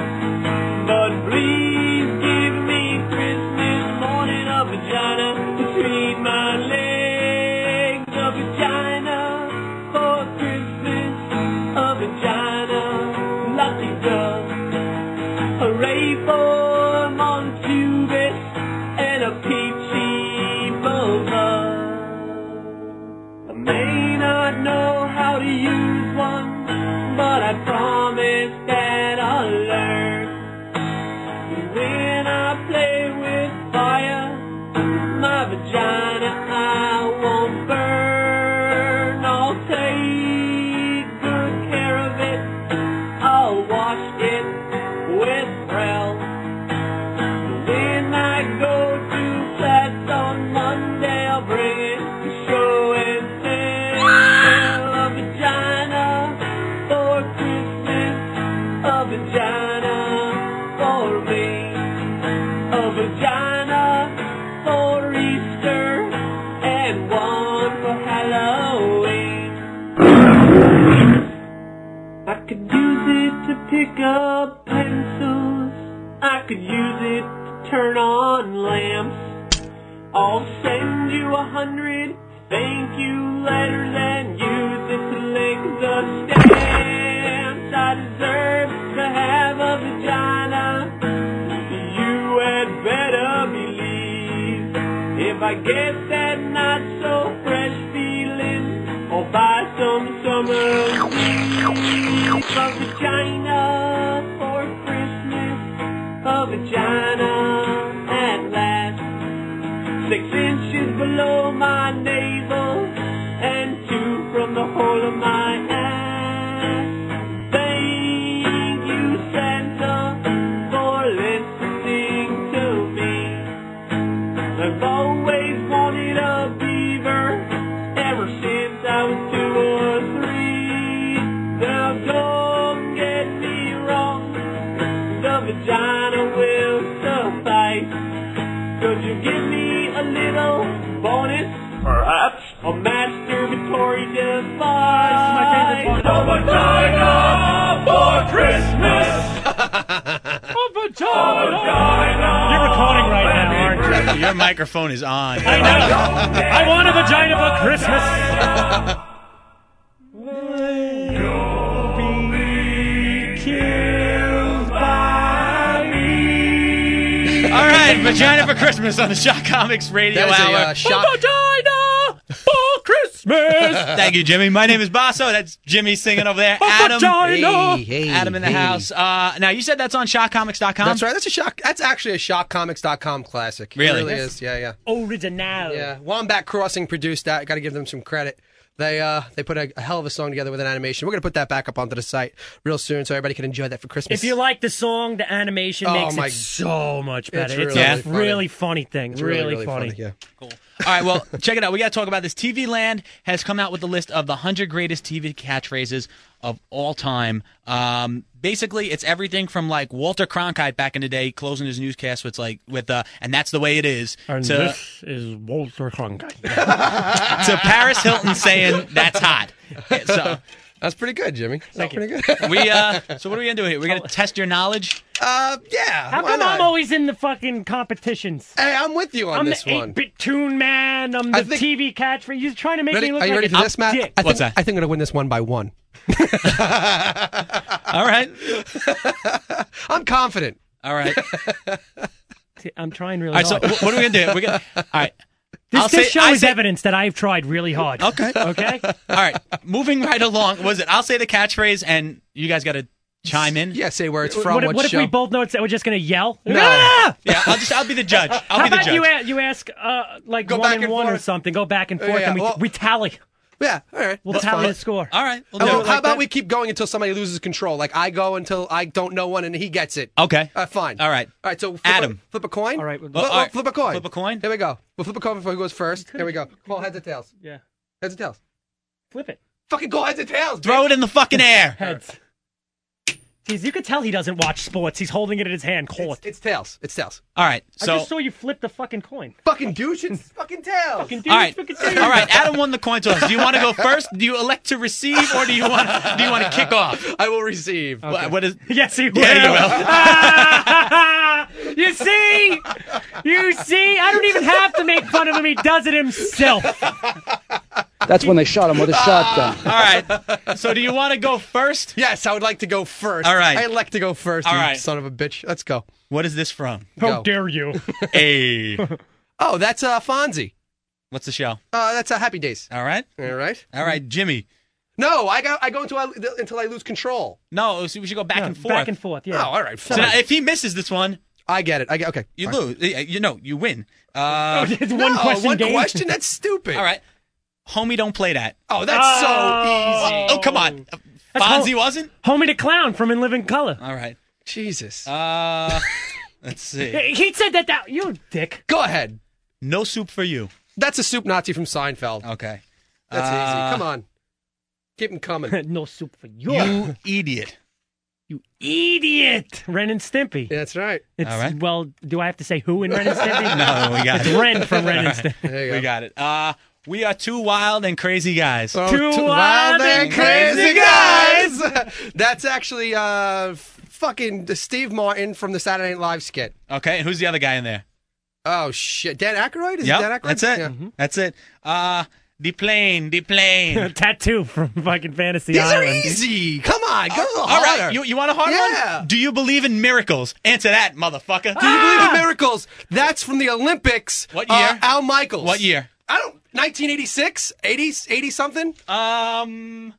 G: But please give me Christmas morning a vagina between my legs. A vagina for Christmas. A vagina, lovely duck. Hooray for Montubis and a peachy boba. I may not know how to use one, but I promise that I'll learn. When I play with fire, my vagina I won't burn. I'll take good care of it. I'll wash it with Prel. When I go to class on Monday, I'll bring it to show and tell. A vagina for Christmas, a vagina for me a vagina for Easter and one for Halloween. I could use it to pick up pencils. I could use it to turn on lamps. I'll send you a hundred thank you letters and use it to lick the stamps. I deserve to have a vagina. You had better believe if I get that not so fresh feeling or buy some summer leaves of vagina for Christmas, a vagina at last. Six inches below my navel and two from the hole of my ass. Thank you, Santa, for listening to me. I've always wanted a beaver ever since I was two or three. Now don't get me wrong, the vagina will suffice. Could you give me a little bonus? Perhaps a masturbatory device.
B: This is my favorite part.
G: A vagina for Christmas.
B: You're recording right now, aren't you? Your microphone is on.
H: I know. I want a vagina for Christmas.
B: All right, vagina for Christmas on the Shock Comics Radio
C: That is a,
B: Hour.
C: uh, shock-
B: Vagina for Christmas. Thank you, Jimmy. My name is Basso. That's Jimmy singing over there. Adam.
A: Hey, hey,
B: Adam in the
A: hey.
B: house. Uh, now you said that's on shockcomics.com.
C: That's right. That's a shock. That's actually a shockcomics.com classic. It
B: Really?
C: really is. Yeah, yeah,
D: Original.
C: yeah. Wombat Crossing produced that. Got to give them some credit. They uh they put a, a hell of a song together with an animation. We're gonna put that back up onto the site real soon, so everybody can enjoy that for Christmas.
D: If you like the song, the animation
C: Oh,
D: makes
C: my-
D: it so much better. It's,
C: really
D: a
C: funny.
D: really funny thing.
C: It's
D: really,
C: funny.
D: funny.
C: Yeah.
B: All right, well, check it out. We got to talk about this. TV Land has come out with a list of the 100 greatest TV catchphrases of all time. Um, basically, it's everything from like Walter Cronkite back in the day closing his newscast with like with uh, and that's the way it is
H: And
B: to
H: this is Walter Cronkite.
B: to Paris Hilton saying that's hot. So
C: That's pretty good, Jimmy. That's pretty good.
B: we uh, so what are we gonna do here? We're gonna test your knowledge.
C: uh, yeah.
D: How
C: why
D: come
C: not?
D: I'm always in the fucking competitions?
C: Hey, I'm with you on
D: I'm the
C: this one.
D: eight-bit tune man. I'm
C: I
D: the
C: think-
D: TV catchphrase. You're trying to make
C: Ready?
D: me look
C: Are you
D: like
C: ready
D: an
C: for this, Matt?
D: dick.
C: I think,
B: What's that?
C: I think I'm gonna win this one by one.
B: All right,
C: I'm confident.
B: all right, all
D: I'm trying really
B: right. So
D: hard.
B: wh- what are we gonna do? We're gonna all right.
D: this
B: I'll
D: this
B: say-
D: show
B: I
D: is
B: say-
D: evidence that I've tried really hard.
B: Okay.
D: Okay.
B: All right, moving right along. Was it? I'll say the catchphrase, and you guys got to chime in.
C: Yeah. Say where it's from.
D: what if,
C: what
D: what if
C: show.
D: we both know it's that we're just gonna yell?
C: No.
D: Ah!
B: Yeah, I'll just I'll be the judge. I'll
D: How
B: be the
D: about
B: judge.
D: you? a- You ask uh, like
C: Go
D: one
C: back
D: and
C: and
D: one or
C: forth.
B: Oh,
D: something. Go back and forth,
C: yeah,
D: and we,
C: well-
D: we tally.
C: Yeah, all right.
D: We'll
C: That's
D: tally
C: fine.
D: the score.
B: All right. We'll
C: How
B: do
C: about,
B: it
C: how
B: like
C: about
B: that.
C: we keep going until somebody loses control? Like I go until I don't know one and he gets it.
B: Okay.
C: Uh, fine.
B: Oh. All right.
C: All right. So flip
B: Adam.
C: a, flip a coin.
D: All right.
C: Flip,
D: Well,
B: all right.
C: flip a coin.
B: Flip a coin?
C: Here we go. We'll flip a coin before who goes first. Here we go. Come on, heads or tails.
D: Yeah.
C: Heads or tails.
D: Flip it.
C: Fucking go heads or tails.
B: Throw it in the fucking air.
D: Heads. Jeez, you could tell he doesn't watch sports. He's holding it in his hand. Call
C: It's,
D: it.
C: it's tails. It's tails.
B: All right.
D: I
B: So
D: just saw you flip the fucking coin.
C: Fucking douche. It's fucking tails.
D: Fucking dude,
B: all right,
D: fucking dude.
B: all right. Adam won the coin toss. Do you want to go first? Do you elect to receive, or do you want do you want to kick off?
C: I will receive.
B: Wha- What is?
D: Yes, he will.
B: Yeah, you will.
D: you see? You see? I don't even have to make fun of him. He does it himself.
I: That's when they shot him with a shotgun.
B: All right. So do you want to go first?
C: Yes, I would like to go first.
B: All right.
C: I like to go first.
B: All
C: you
B: right.
C: Son of a bitch. Let's go.
B: What is this from?
D: How
C: Go.
D: dare you?
B: Hey.
C: Oh, that's uh, Fonzie.
B: What's the show?
C: Uh, that's uh, Happy Days.
B: All right.
C: All right.
B: All right, Jimmy.
C: No, I go. I go until I, until I lose control.
B: No, so we should go back and forth.
D: Back and forth, yeah.
C: Oh, all right.
B: So
C: fine.
B: now, if he misses this one,
C: I get it. I get. Okay.
B: you
C: fine. Oh,
B: lose. Uh, You know, you win. Uh,
D: it's
C: No,
D: one question
C: one
D: game.
C: question. That's stupid.
B: all right. Homie, don't play that.
C: Oh, that's so e- easy.
B: Oh, come on.
D: That's
B: Fonzie
D: ho-
B: wasn't?
D: Homie the Clown from In Living Color.
B: All right.
C: Jesus.
B: Uh, let's see.
D: He- he said that, that you dick.
C: go ahead.
B: No soup for you.
C: That's a soup Nazi from Seinfeld.
B: Okay.
C: that's
B: uh,
C: easy. Come on. Keep him coming.
D: no soup for you.
B: You idiot.
D: You idiot. Ren and Stimpy.
C: Yeah, that's right.
D: It's,
B: All right.
D: Well, do I have to say who in Ren and Stimpy?
B: No, we got
D: It's
B: it.
D: Ren from Ren and Stimpy.
C: There you go.
B: We got it. Uh, we are two wild and crazy guys.
C: Oh,
D: Two
C: two
D: wild and crazy
C: that's actually uh, f- fucking the Steve Martin from the Saturday Night Live skit.
B: Okay, and who's the other guy in there?
C: Oh shit, Dan Aykroyd is it Dan
B: Yep,
C: Aykroyd?
B: that's it.
C: Yeah. Mm-hmm.
B: That's it. Uh, the plane, the plane.
D: Tattoo from fucking Fantasy
C: These are
D: Island.
C: easy. Come on, go a little
B: All right,
C: harder.
B: you, you want a hard
C: Yeah.
B: one? Do you believe in miracles? Answer that, motherfucker. Ah!
C: Do you believe in miracles? That's from the Olympics.
B: What
C: Uh,
B: year?
C: Al Michaels.
B: What year?
C: I don't. 1986, 80, 80 something.
B: Um,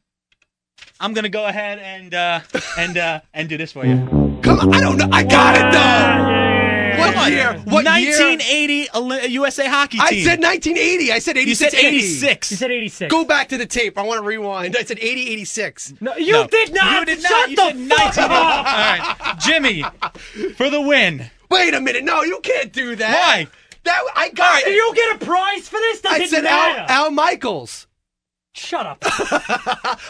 B: I'm gonna go ahead and uh, and uh, and do this for you.
C: Come on, I don't know. I got it though. What year? What year?
B: 1980 Oli- USA hockey team.
C: I said 1980. I said 86.
B: you said
C: 80.
B: 86.
D: You said 86.
C: Go back to the tape. I want to rewind. I said 80, 86.
D: No, you
B: No.
D: did not.
B: You did
D: Shut
B: not. You
D: the
B: said 19.
D: fuck up.
B: All right, Jimmy, for the win.
C: Wait a minute. No, you can't do that.
B: Why?
C: That I got
D: Do
C: it.
D: you get a prize for this? That
C: I
D: didn't
C: said
D: matter.
C: Al, Al Michaels.
D: Shut up.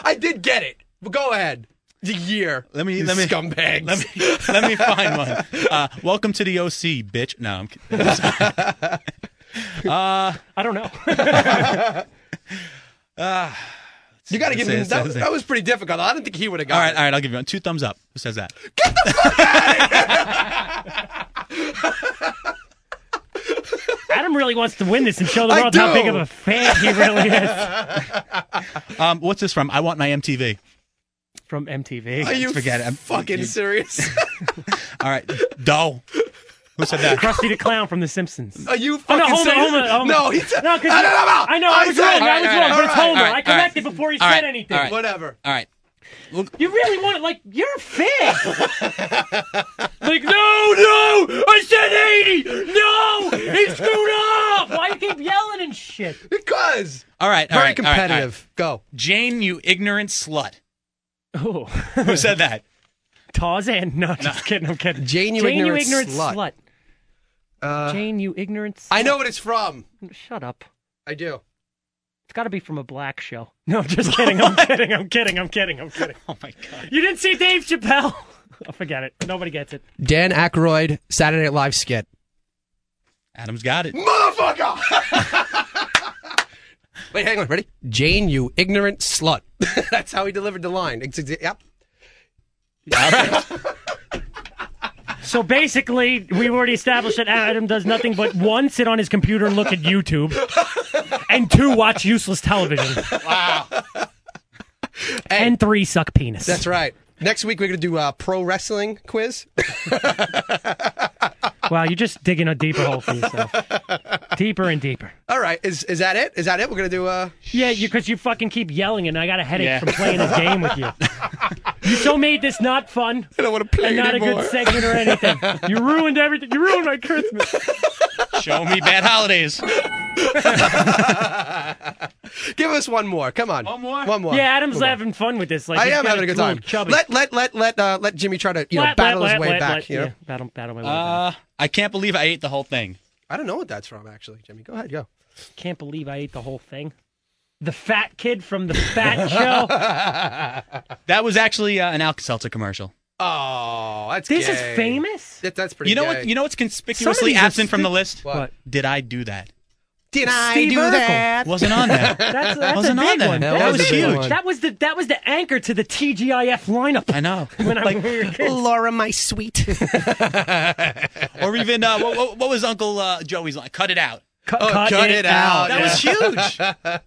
C: I did get it. But go ahead. The year.
B: Let me
C: You
B: let me
C: scumbags.
B: Let me let me find one. Uh, welcome to the OC, bitch. No, I'm kidding.
D: I don't know.
C: you got to give
B: Say it,
C: him
B: say it,
C: that.
B: say it.
C: That was pretty difficult. I didn't think he would have got
B: All right,
C: it.
B: all right. I'll give you one. Two thumbs up. Who says that?
D: Adam really wants to win this and show the
C: I
D: world how
C: do.
D: big of a fan he really is.
B: Um, what's this from? I want my MTV.
D: From MTV.
C: Are you
B: Forget it. I'm-
C: fucking
B: you-
C: serious?
B: All right, dough. Who said that?
D: Krusty the Clown from The Simpsons.
C: Are you
D: Oh,
C: fucking
D: no, hold on,
C: serious?
D: hold on, hold on.
C: No, he said.
D: No, 'cause
C: I
D: you-
C: don't know.
D: I know, I was
C: said-
D: wrong, I was
C: All
D: wrong, but it's
C: all
D: Homer. I
B: all
D: corrected before he
B: all
D: said anything.
B: all right.
C: Whatever.
B: All right.
D: You really want to, like, you're a fan. like, no, no, I said 80. No, he screwed up. Why you keep yelling and shit?
C: Because
B: All right. all
C: very
B: right, all right, all right.
C: competitive. Go.
B: Jane, you ignorant slut.
D: Oh,
B: Who said that?
D: Tarzan. No, just kidding. I'm kidding.
C: Jane, you ignorant slut. Uh.
D: Jane, you ignorant slut.
C: I know what it's from.
D: Shut up.
C: I do.
D: It's got to be from a black show. No, I'm just kidding. I'm kidding. I'm kidding. I'm kidding. I'm kidding.
B: Oh my god.
D: You didn't see Dave Chappelle. Oh, forget it. Nobody gets it.
C: Dan Aykroyd, Saturday Night Live skit.
B: Adam's got it.
C: Motherfucker! Wait, hang on. Ready? Jane, you ignorant slut. That's how he delivered the line. Ex- ex- Yep.
D: So basically, we've already established that Adam does nothing but one, sit on his computer and look at YouTube, and two, watch useless television,
C: Hey,
D: and three, suck penis.
C: that's right. Next week we're gonna do a pro wrestling quiz.
D: Wow, you're just digging a deeper hole for yourself. deeper and deeper.
C: All right, is is that it? Is that it? We're gonna do uh
D: Yeah, because you fucking keep yelling, and I got a headache from playing this game with you. you so made this not fun.
C: I don't want to play
D: and not
C: anymore.
D: a good segment or anything. you ruined everything. You ruined my Christmas.
B: Show me bad holidays.
C: Give us one more. Come on. One
B: more?
C: One more.
D: Yeah, Adam's
C: One more.
D: having fun with this. Like
C: I
D: he's
C: am
D: got
C: having a
D: it
C: good
D: cool
C: time.
D: and Chubby.
C: Let let let let uh, let Jimmy try to you know
D: Let-
C: battle
D: let-
C: his
D: let-
C: way
D: let-
C: back.
D: let-
C: you know,
D: yeah, battle, battle my way back.
B: Uh, I can't believe I ate the whole thing.
C: I don't know what that's from actually, Jimmy. Go ahead, go.
D: Can't believe I ate the whole thing. The fat kid from the Fat Show.
B: That was actually uh, an Alka Seltzer commercial.
C: Oh, that's
D: This is
C: gay.
D: famous.
C: That, that's pretty.
B: You know
C: gay.
B: what? You know what's conspicuously
D: these are
B: absent from the
D: stu-
B: list?
C: What?
D: What?
B: Did I do that?
A: Did I
D: Steve
A: do
D: Urkel.
A: that?
B: Wasn't on there.
D: That's, that's
B: Wasn't
D: a
B: on
D: big
B: there.
D: one.
B: That
D: That's
B: was
D: a big
B: huge.
D: one. That was the that was the anchor to the TGIF lineup.
B: I know.
D: When I
B: Like,
A: Laura, my sweet.
B: or even uh, what, what- what was Uncle uh, Joey's line? Cut it out.
D: cut,
C: Oh, cut, it out.
B: That
C: yeah.
B: was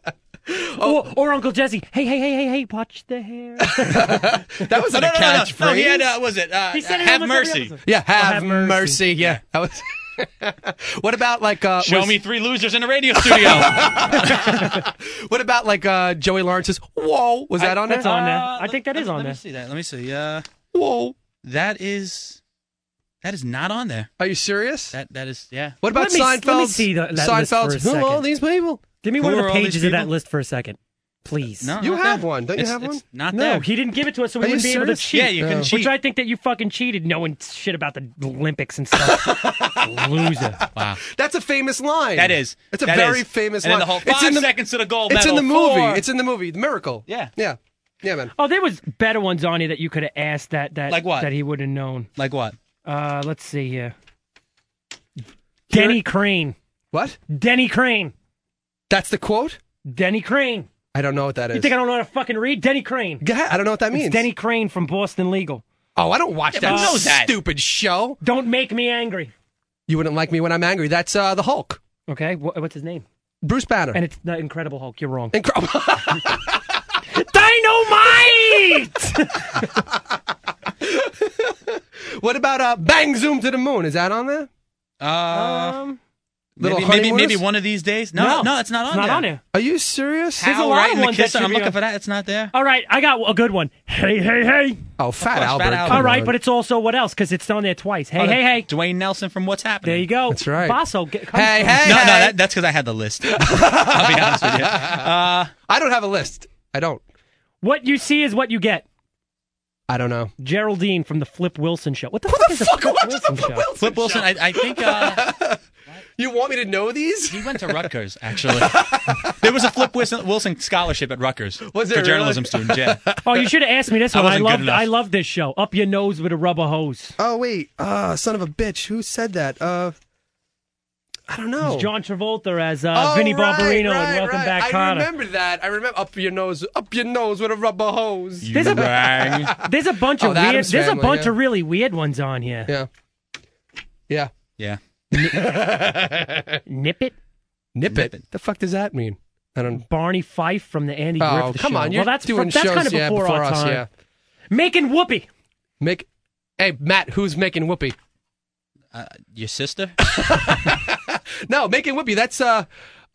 B: huge.
D: Or, or Uncle Jesse. Hey, hey, hey, hey, hey! Watch the hair.
C: that was
B: no,
C: a
B: no, no, no,
C: catchphrase.
B: no. He had uh, what was it? Uh,
D: He said it
B: have
D: almost every
B: mercy.
D: episode.
C: Yeah, have,
D: have
C: mercy.
D: mercy.
C: Yeah, that was. what about like uh,
B: Show
C: was-
B: me three losers in a radio studio.
D: Uh,
C: What about like uh, Joey Lawrence's? Whoa, was that on there?
D: That's on there.
B: Uh,
D: I think that
B: let-
D: is on
B: Let
D: there.
B: me see that. Let me see. Uh,
C: Whoa,
B: that is that is not on there.
C: are you serious?
B: That that is yeah.
C: what about
D: Let me- let me
C: Seinfeld's?
D: see the- that list for a
C: Seinfeld's. Who are all
D: second.
C: these people?
D: Give me
B: Who
D: one of
B: are
D: the
B: all these
D: pages of that
B: people?
D: list for a second, please.
B: No,
C: You
B: not
C: have
B: there.
C: one. Don't you
B: It's-
C: have
B: it's
C: one?
B: Not
D: No,
B: there.
D: he didn't give it to us, so we
C: Are you
D: wouldn't be able to
C: serious?
D: cheat.
B: Yeah, you couldn't
D: Which
B: cheat.
D: I think that you fucking cheated, knowing shit about the Olympics and stuff. Loser.
B: wow.
C: That's a famous line.
B: That is.
C: It's a
B: That
C: very
B: is.
C: famous
B: And
C: line.
B: then the whole
C: it's
B: five
C: in the,
B: seconds to the gold
C: It's in
B: medal.
C: the movie.
B: Four.
C: It's in the movie. The Miracle.
B: Yeah.
C: Yeah. Yeah, man.
D: Oh, there was better ones on here that you could have asked that that
B: Like what?
D: that he would have known.
B: like what?
D: Uh, let's see here. Denny Crane.
C: What?
D: Denny Crane.
C: That's the quote?
D: Denny Crane.
C: I don't know what that is.
D: You think I don't know how to fucking read? Denny Crane.
C: Go ahead. I don't know what that means.
D: It's Denny Crane from Boston Legal.
C: Oh, I don't watch
B: but
C: that,
B: who knows that?
C: stupid show.
D: Don't make me angry.
C: You wouldn't like me when I'm angry. That's uh, the Hulk.
D: Okay, wh- what's his name?
C: Bruce Banner.
D: And it's the Incredible Hulk. You're wrong.
C: Incredible.
D: Dynamite!
C: what about uh, Bang Zoom to the Moon? Is that on there?
B: Uh,
D: um,
C: Little
B: maybe, maybe
C: Honeymooners?
B: maybe one of these days. No,
D: no,
B: no, it's not on
D: it's not
B: there.
D: on there.
C: Are you serious?
D: There's a
B: Owl
D: lot
B: right
D: of
B: in the
D: ones that
B: kisser.
D: should
B: I'm
D: be
B: looking
D: on-
B: for that. It's not there.
D: All right, I got a good one. Hey, hey, hey.
C: Oh, Fat
B: course, Fat
C: Albert.
B: Albert.
C: come
D: All right,
C: on.
D: but it's also what else? Because it's on there twice. Hey, hey, hey.
B: Dwayne Nelson from What's Happening.
D: There you go.
C: That's right.
D: Basso, get, come
C: hey, hey,
B: No, no,
C: hey.
B: that, that's because I had the list. I'll be honest with you. Uh,
C: I don't have a list. I don't.
D: What you see is what you get.
C: I don't know.
D: Geraldine from the Flip Wilson show. What the fuck is the Flip Wilson show?
B: Flip Wilson, I, I think uh,
C: You want me to know these?
B: he went to Rutgers. Actually, there was a Flip Wilson, Wilson scholarship at Rutgers
C: Was
B: for
C: there
B: journalism students. Yeah,
D: Oh, you should have asked me this
B: I
D: one. I,
B: wasn't good
D: love
B: enough.
D: I love this show. Up your nose with a rubber hose.
C: Oh wait, uh, son of a bitch, who said that? Uh, I don't know.
D: It's John Travolta as uh,
C: Oh,
D: Vinny
C: right,
D: Barbarino
C: right,
D: and Welcome
C: right.
D: Back,
C: I
D: Connor.
C: remember that. I remember up your nose, up your nose with a rubber hose.
D: There's a-
B: rang.
D: There's a bunch
C: Oh,
D: of
C: the
D: weird.
C: Addams
D: there's
C: Family,
D: a bunch
C: yeah.
D: of really weird ones on here.
C: yeah, yeah.
B: Yeah,
D: Nip it,
C: Nip,
B: Nip
C: it.
B: it.
C: The fuck does that mean? I don't.
D: Barney Fife from the Andy
C: Oh
D: Griffith
C: come
D: Show.
C: on, you're
D: well, that's
C: doing
D: that's
C: shows
D: kind of
C: yeah,
D: before, our
C: us.
D: time.
C: Yeah,
D: Making whoopee.
C: make. Hey Matt, who's making whoopee?
B: uh, your sister.
C: No, making whoopee. That's uh,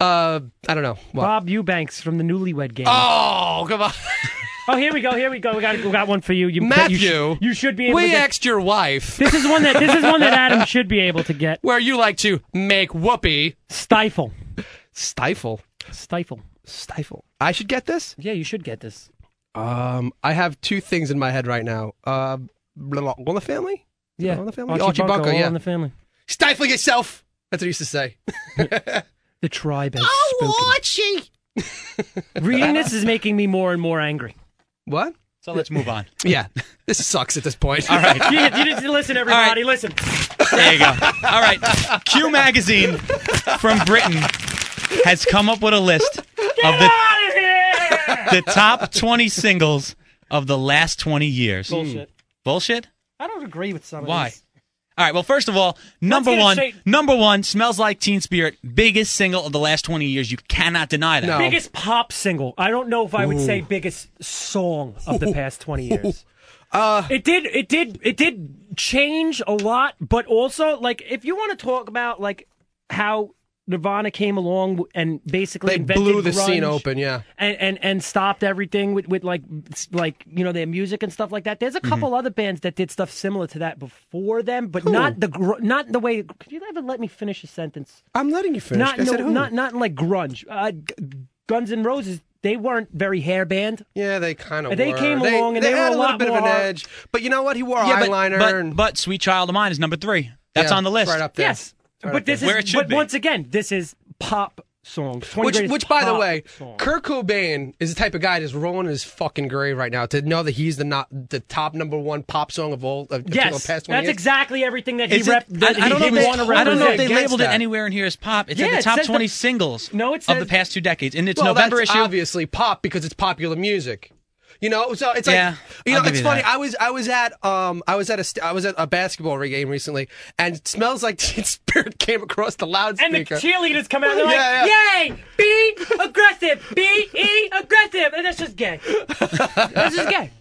C: uh, I don't know. What?
D: Bob Eubanks from the Newlywed Game.
C: Oh come on,
D: oh, here we go. Here we go. We got we got one for you. You
C: Matthew.
D: You, should- you should be able to
C: we
D: get.
C: asked your wife
D: this is one that this is one that Adam should be able to get.
C: where you like to make whoopee.
D: Stifle,
C: Stifle,
D: stifle.
C: stifle. I should get this.
D: Yeah, you should get this.
C: Um, I have two things in my head right now. Uh, blah, blah, all in the family?
D: Yeah,
C: All in the family? Archie Bunker,
D: all
C: yeah.
D: in the family.
C: Stifle yourself. That's what he used to say.
D: The tribe has
C: Oh,
D: spoken. Reading this is making me more and more angry.
C: What?
B: So let's move on.
C: Yeah. this sucks at this point.
B: All right,
D: You, you just listen, everybody. Listen.
B: there you go. All right, Q magazine from Britain has come up with a list of the
D: Out of here!
B: the top 20 singles of the last 20 years.
D: Bullshit.
B: Bullshit?
D: I don't agree with some
B: Why?
D: of these.
B: All right, well, first of all, number
D: get it
B: one,
D: straight.
B: number one, Smells Like Teen Spirit, biggest single of the last 20 years. You cannot deny that.
C: No.
D: Biggest pop single. I don't know if I would say biggest song of the past twenty years.
C: Uh,
D: it did. It did. It did change a lot, but also like if you want to talk about like how Nirvana came along and basically
C: They
D: invented
C: blew the scene
D: grunge
C: open, yeah.
D: and, and and stopped everything with with like s- like you know their music and stuff like that. There's a
C: Mm-hmm.
D: couple other bands that did stuff similar to that before them, but not the gr- not the way. Could you ever let me finish a sentence?
C: I'm letting you finish.
D: Not
C: I
D: no,
C: said who?
D: not not like grunge. Uh, g- Guns N' Roses, they weren't very hair band.
C: Yeah, they kind of.
D: They came along and they, were
C: had
D: a
C: little
D: lot
C: bit
D: more
C: of an
D: hard-
C: edge, but you know what? He wore
B: Yeah, but,
C: eyeliner
B: but,
C: and
B: but Sweet Child of Mine is number three. That's
C: Yeah,
B: on the list.
C: Right up there.
D: Yes,
C: Right up
D: but this
B: there.
D: is.
B: Where it should
D: but
B: be.
D: once again, this is pop songs. 20
C: Which,
D: greatest
C: which, by the
D: pop
C: way,
D: songs.
C: Kurt Cobain is the type of guy that's rolling in his fucking grave right now to know that he's the not the top number one pop song of all of
D: yes,
C: the past 20
D: that's
C: years.
D: exactly everything that he
B: Is it-
D: rep. that
B: I, I don't know
D: he
B: if they,
D: wanna
B: I don't know if they
D: represent.
C: against
B: labeled it
C: that.
B: anywhere in here as pop. It's
D: Yeah,
B: in the
D: it
B: top
D: says the-
B: 20 singles
D: No, it
B: of
D: says-
B: the past two decades. In its
C: well,
B: November
C: that's
B: issue,
C: obviously pop because it's popular music. You know, so it's like
B: Yeah,
C: you
B: I'll
C: know,
B: give
C: it's
B: you
C: funny.
B: that.
C: I was I was at um I was at a st- I was at a basketball game recently, and it smells like Teen Spirit came across the
D: And
C: loudspeaker.
D: the cheerleaders come out and they're
C: Yeah,
D: like, "Yay! Be aggressive! Be e aggressive!" And that's just gay. that's just gay.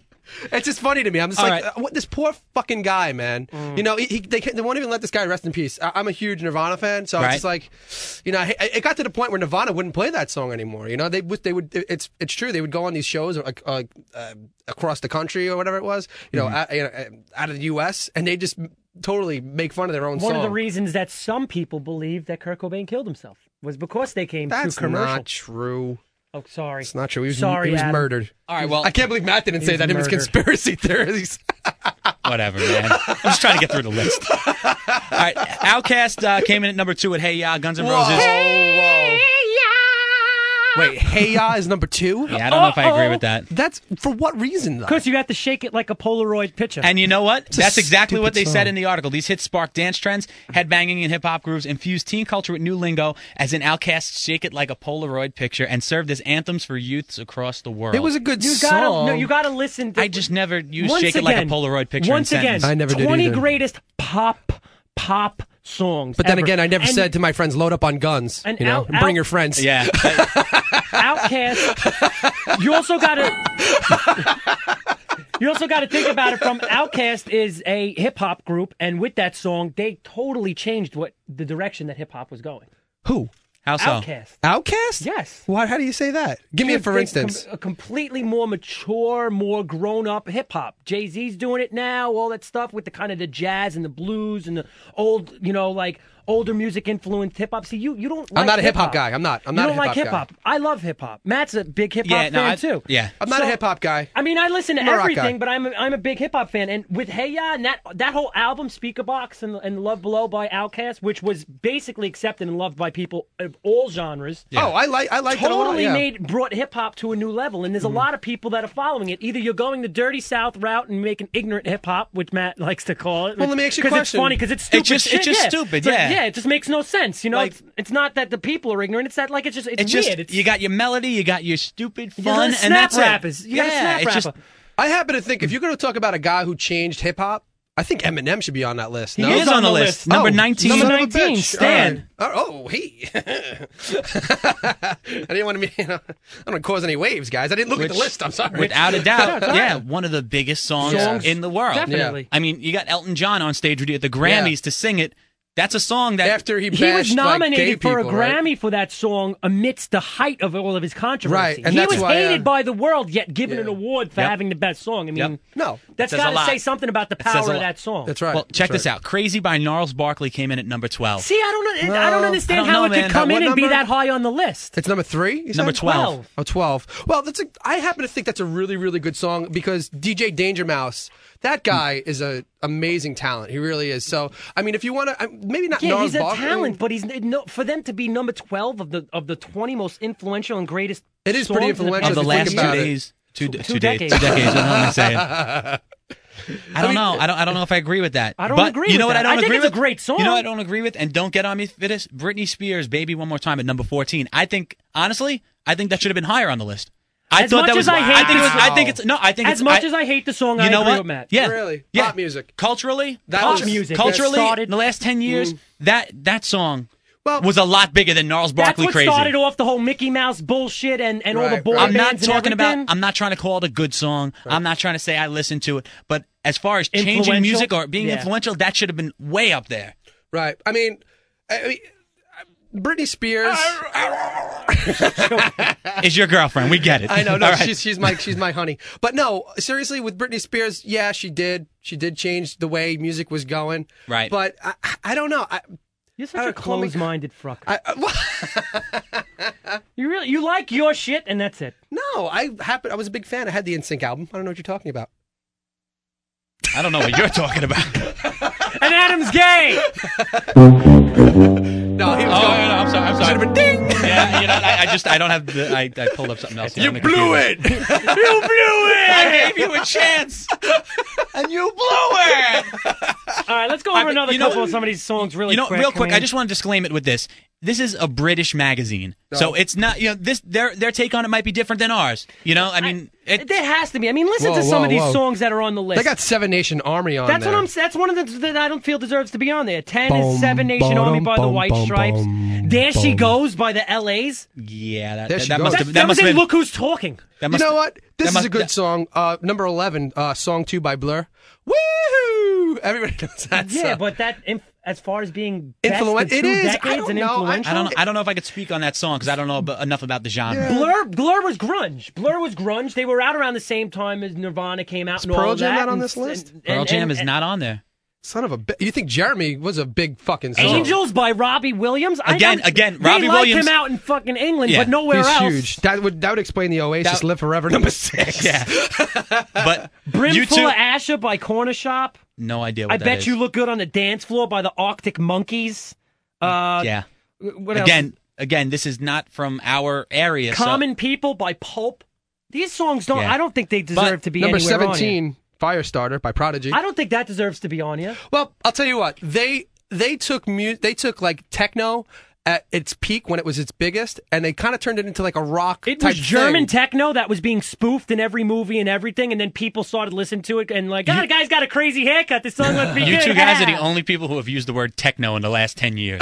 C: It's just funny to me. I'm just
B: All
C: like,
B: right.
C: uh, what, this poor fucking guy, man.
D: Mm.
C: You know, he, he, they, can't- they won't even let this guy rest in peace. I, I'm a huge Nirvana fan, so
B: Right.
C: it's just like, you know, I, I- it got to the point where Nirvana wouldn't play that song anymore. You know, they would, they would. It's it's true. They would go on these shows like uh, uh, across the country or whatever it was. You know,
D: Mm-hmm.
C: out, you know, uh, out of the U.S. and they just totally make fun of their own
D: One
C: song.
D: of the reasons that some people believe that Kurt Cobain killed himself was because they came
C: That's
D: to commercial.
C: not true.
D: Oh, sorry.
C: It's not true. He was,
D: Sorry,
C: he was
D: Adam.
C: murdered.
B: All right, well-
C: I can't believe Matt didn't say
D: was
C: that in his
D: murdered.
C: conspiracy theories.
B: Whatever, man. I'm just trying to get through the list. All right, Outcast uh, came in at number two at Hey Ya, Guns N' Roses.
C: Wait, Hey Ya is number two.
B: Yeah, I don't know if I agree with that.
C: That's for what reason though?
D: Because you have to shake it like a Polaroid picture.
B: And you know what?
C: a
B: That's exactly what
C: stupid
B: they said
C: song.
B: in the article. These hits sparked dance trends, headbanging, and hip hop grooves, infused teen culture with new lingo, as in Outcasts shake it like a Polaroid picture, and served as anthems for youths across the world.
C: It was a good
D: you gotta
C: song.
D: no, you gotta listen. To,
B: I just never used
D: once
B: shake it
D: again,
B: like a Polaroid picture. in
D: Once again,
B: sentence.
C: I never did
D: twenty
C: either.
D: greatest pop pop songs.
C: but then
D: ever.
C: again, I never
D: And
C: said to my friends, "Load up on guns."
D: And
C: you know,
D: out-
C: and bring
D: out-
C: your friends.
B: Yeah.
D: Outcast. you also gotta. You also got to think about it from Outcast is a hip hop group, and with that song, they totally changed what the direction that hip hop was going.
C: Who?
B: How so?
D: Outcast,
C: Outcast?
D: yes.
C: Why? How do you say that? Give me a
D: It's
C: for
D: a-
C: instance.
D: com- a completely more mature, more grown up hip hop. Jay Z's doing it now, all that stuff with the kind of the jazz and the blues and the old, you know, like older music influenced hip hop. See, you you don't. Like
C: I'm not a hip-hop guy. I'm not. I'm not
D: You
C: a
D: don't like hip
C: hip-hop
D: hop. I love hip hop. Matt's a big hip hop
B: Yeah,
D: fan
B: no, I-
D: too.
B: yeah.
C: I'm not a
D: uh, So-
C: hip hop guy.
D: I mean, I listen to
C: I'm a rock guy.
D: everything, but I'm a, I'm a big hip hop fan. And with Hey Ya and that that whole album, Speaker Box and and Love Below by Outkast, which was basically accepted and loved by people of all genres
C: Oh, I like. I like it a lot.
D: totally
C: yeah. Mm-hmm.
D: made brought hip hop to a new level, and there's a lot of people that are following it. Either you're going the dirty south route and making ignorant hip hop, which Matt likes to call it.
C: Well, let me ask you a
D: because it's
C: question.
D: funny because it's stupid.
B: just- it's
D: shit,
B: just
D: yeah.
B: stupid,
D: It's like,
B: yeah.
D: yeah, it just makes no sense. You know,
B: Like-
D: it's, it's not that the people are ignorant. It's that like it's just it's,
B: It's just
D: weird. It's,
B: you got your melody, you got your stupid
D: got
B: fun,
D: the
B: and
D: snap
B: that's
D: rappers.
B: it.
D: You
B: yeah,
D: got a snap
B: it's just
D: rapper.
C: I happen to think if you're going to talk about a guy who changed hip hop, I think Eminem should be on that list. No?
B: he is on the list, number
C: Oh,
B: nineteen.
C: son of a
D: Number 19,
C: bitch.
D: Stan.
C: All right. Oh, oh, he. I didn't want to be. You know, I don't want to cause any waves, guys. I didn't look at the
B: Which-
C: list. I'm sorry.
B: Without a doubt, yeah, one of the biggest songs
C: Songs,
B: in the world.
D: definitely.
B: I mean, you got Elton John on stage with you at the Grammys
C: Yeah.
B: to sing it. That's a song that
C: after he bashed,
D: he was nominated
C: like, gay
D: for
C: people,
D: a Grammy
C: right?
D: for that song amidst the height of all of his controversy.
C: Right, and
D: he
C: that's
D: was
C: why,
D: hated
C: uh,
D: by the world, yet given
C: yeah.
D: an award for
B: Yep.
D: having the best song. I mean,
B: Yep.
C: No,
D: that's
B: Says a
D: got to
B: lot.
D: say something about the
B: says a
D: power of
B: lot.
D: that song.
C: That's right.
B: Well, check
C: That's
B: this
C: right.
B: out. Crazy by Gnarls Barkley came in at number 12.
D: See, I don't know. I
C: Well,
D: don't
B: I
D: understand
B: don't
D: how
B: know,
D: it
B: man.
D: could come
C: What
D: in and be
C: number?
D: that high on the list.
C: It's number three. you
B: Number
C: said?
B: 12.
C: Oh, 12. Well, that's a. I happen to think that's a really, really good song because DJ Danger Mouse, that
B: Hmm.
C: guy is a amazing talent. He really is. So, I mean, if you want to, maybe not.
D: Yeah,
C: Gnarls
D: he's a
C: Barkley.
D: talent, but he's no for them to be number twelve of the of the twenty most influential and greatest.
C: It is
D: songs
C: pretty
D: in the
C: influential
B: of
D: past
B: the
C: Think
B: last two
C: about it.
B: days. Two, two,
D: decades.
B: days. Two decades. I don't know what I'm saying. I don't know. I don't. I don't know if I agree with that.
D: I don't
B: But
D: agree
B: You
D: with
B: know what?
D: that.
B: I don't
D: I think
B: agree
D: it's a
B: with.
D: great song.
B: You know what I don't agree with, and don't get on me for this. Britney Spears, "Baby One More Time" at number fourteen. I think honestly, I think that should have been higher on the list. I
D: As
B: thought
D: much
B: that
D: as
B: was.
D: I hate
B: think it was.
D: this-
B: I think it's no. I think
D: As
B: it's,
D: much as I hate the song,
B: You
D: I
B: know
D: agree
B: what?
D: with Matt.
B: Yeah,
C: Really?
B: yeah.
C: Pop music.
B: Culturally,
C: That
B: cult-
C: was- music that
B: Culturally,
D: started-
B: in the last ten years, that that song
C: Well-
B: was a lot bigger than Gnarls
D: That's
B: Barkley
D: what
B: crazy.
D: started off the whole Mickey Mouse bullshit and, and all the
C: Right,
D: boy
C: right.
B: I'm not
D: bands and
B: talking about.
D: everything.
B: I'm not trying to call it a good song. I'm not trying to say I listen to it. But as far as changing
D: Influential?
B: music or being
D: Yeah.
B: influential, that should have been way up there.
C: Right. I mean, I I mean, Britney Spears.
B: Is your girlfriend? We get it.
C: I know, no,
B: All right.
C: she's she's my she's my honey. But no, seriously, with Britney Spears, yeah, she did she did change the way music was going.
B: Right.
C: But I, I don't know. I,
D: You're
C: I
D: such a
B: uh,
C: don't- let me-
D: close-minded fuck.
C: I,
D: you really you like your shit, and that's it.
C: No, I happen. I was a big fan. I had the NSYNC album. I don't know what you're talking about.
B: I don't know what you're talking about.
D: And Adam's gay.
C: No, he was
B: Oh,
C: going.
B: no, no, I'm sorry. I'm sorry.
C: Should have been ding.
B: Yeah, you know, I, I just I don't have the I, I pulled up something else. on the computer.
C: it. you blew it.
B: I gave you a chance, and you blew it.
D: All right, let's go over
B: mean,
D: another
B: you know-
D: couple of some of these songs really
B: you know,
D: quick.
B: real quick,
D: man.
B: I just want to disclaim it with this. This is a British magazine,
C: Oh.
B: so it's not you know this their their take on it might be different than ours. You know, I mean, it,
D: There has to be. I mean, listen
C: Whoa,
D: to some
C: whoa,
D: of these
C: whoa.
D: songs that are on the list.
C: They got Seven Nation Army on
D: that's
C: there.
D: what I'm. That's one of the that I don't feel deserves to be on there. Ten
C: Boom,
D: is Seven Nation
C: boom,
D: Army by the
C: boom,
D: White
C: boom,
D: Stripes.
C: boom,
D: there she
C: boom.
D: goes by the L.A.s.
B: yeah, that,
C: There
B: that,
C: she
B: that
C: goes.
B: must
D: That's,
B: have
D: that
B: Oh, that must
D: was
B: have
D: in
B: been
D: Look Who's Talking.
B: that
C: You
B: must
C: know what? This
B: that
C: is
B: must-
C: a good
B: that-
C: song. Uh, number eleven, uh, song two by Blur. Woohoo! Everybody knows that
D: Yeah,
C: song.
D: but that inf- as far as being
C: Influen-
D: influential,
C: it is. I
D: Decades
C: don't
D: and
C: know. I-
B: I
D: influential.
B: don't know, I don't know if I could speak on that song because I don't know ab- enough about the genre.
D: Blur, Blur was grunge. Blur was grunge. They were out around the same time as Nirvana came out. and
C: Pearl
D: all of
C: Jam
D: that,
C: not on
D: and-
C: this list?
D: and-
B: Pearl
D: and-
B: Jam
D: and-
B: is not on there.
C: son of a. bi- You think Jeremy was a big fucking song?
D: Angels by Robbie Williams.
B: Again-
D: I don't-
B: again,
D: they
B: Robbie
D: like
B: Williams-
D: him out in fucking England,
B: Yeah.
D: but nowhere
C: He's
D: else.
C: huge. That would that would explain the Oasis
B: That-
C: "Live Forever" number six.
B: Yeah, but you
D: Brimful
B: two,
D: of Asher by Corner Shop.
B: no idea. What
D: I
B: that
D: bet
B: is.
D: you look good on the dance floor by the Arctic Monkeys. Uh,
B: Yeah.
D: What else?
B: Again, again, this is not from our area. so-
D: Common People by Pulp. These songs don't.
B: Yeah.
D: I don't think they deserve
B: But
D: to be
C: Number
D: anywhere on here.
C: seventeen, "Firestarter" by Prodigy.
D: I don't think that deserves to be on here.
C: Well, I'll tell you what they they took mu- they took like techno at its peak when it was its biggest, and they kind of turned it into like a rock.
D: It
C: type
D: was German
C: Thing.
D: techno that was being spoofed in every movie and everything, and then people started listening to it and like, "Ah, the guy's got a crazy haircut. This song must be
B: you
D: good." Ah.
B: two guys are the
D: Yeah.
B: only people who have used the word techno in the last ten years.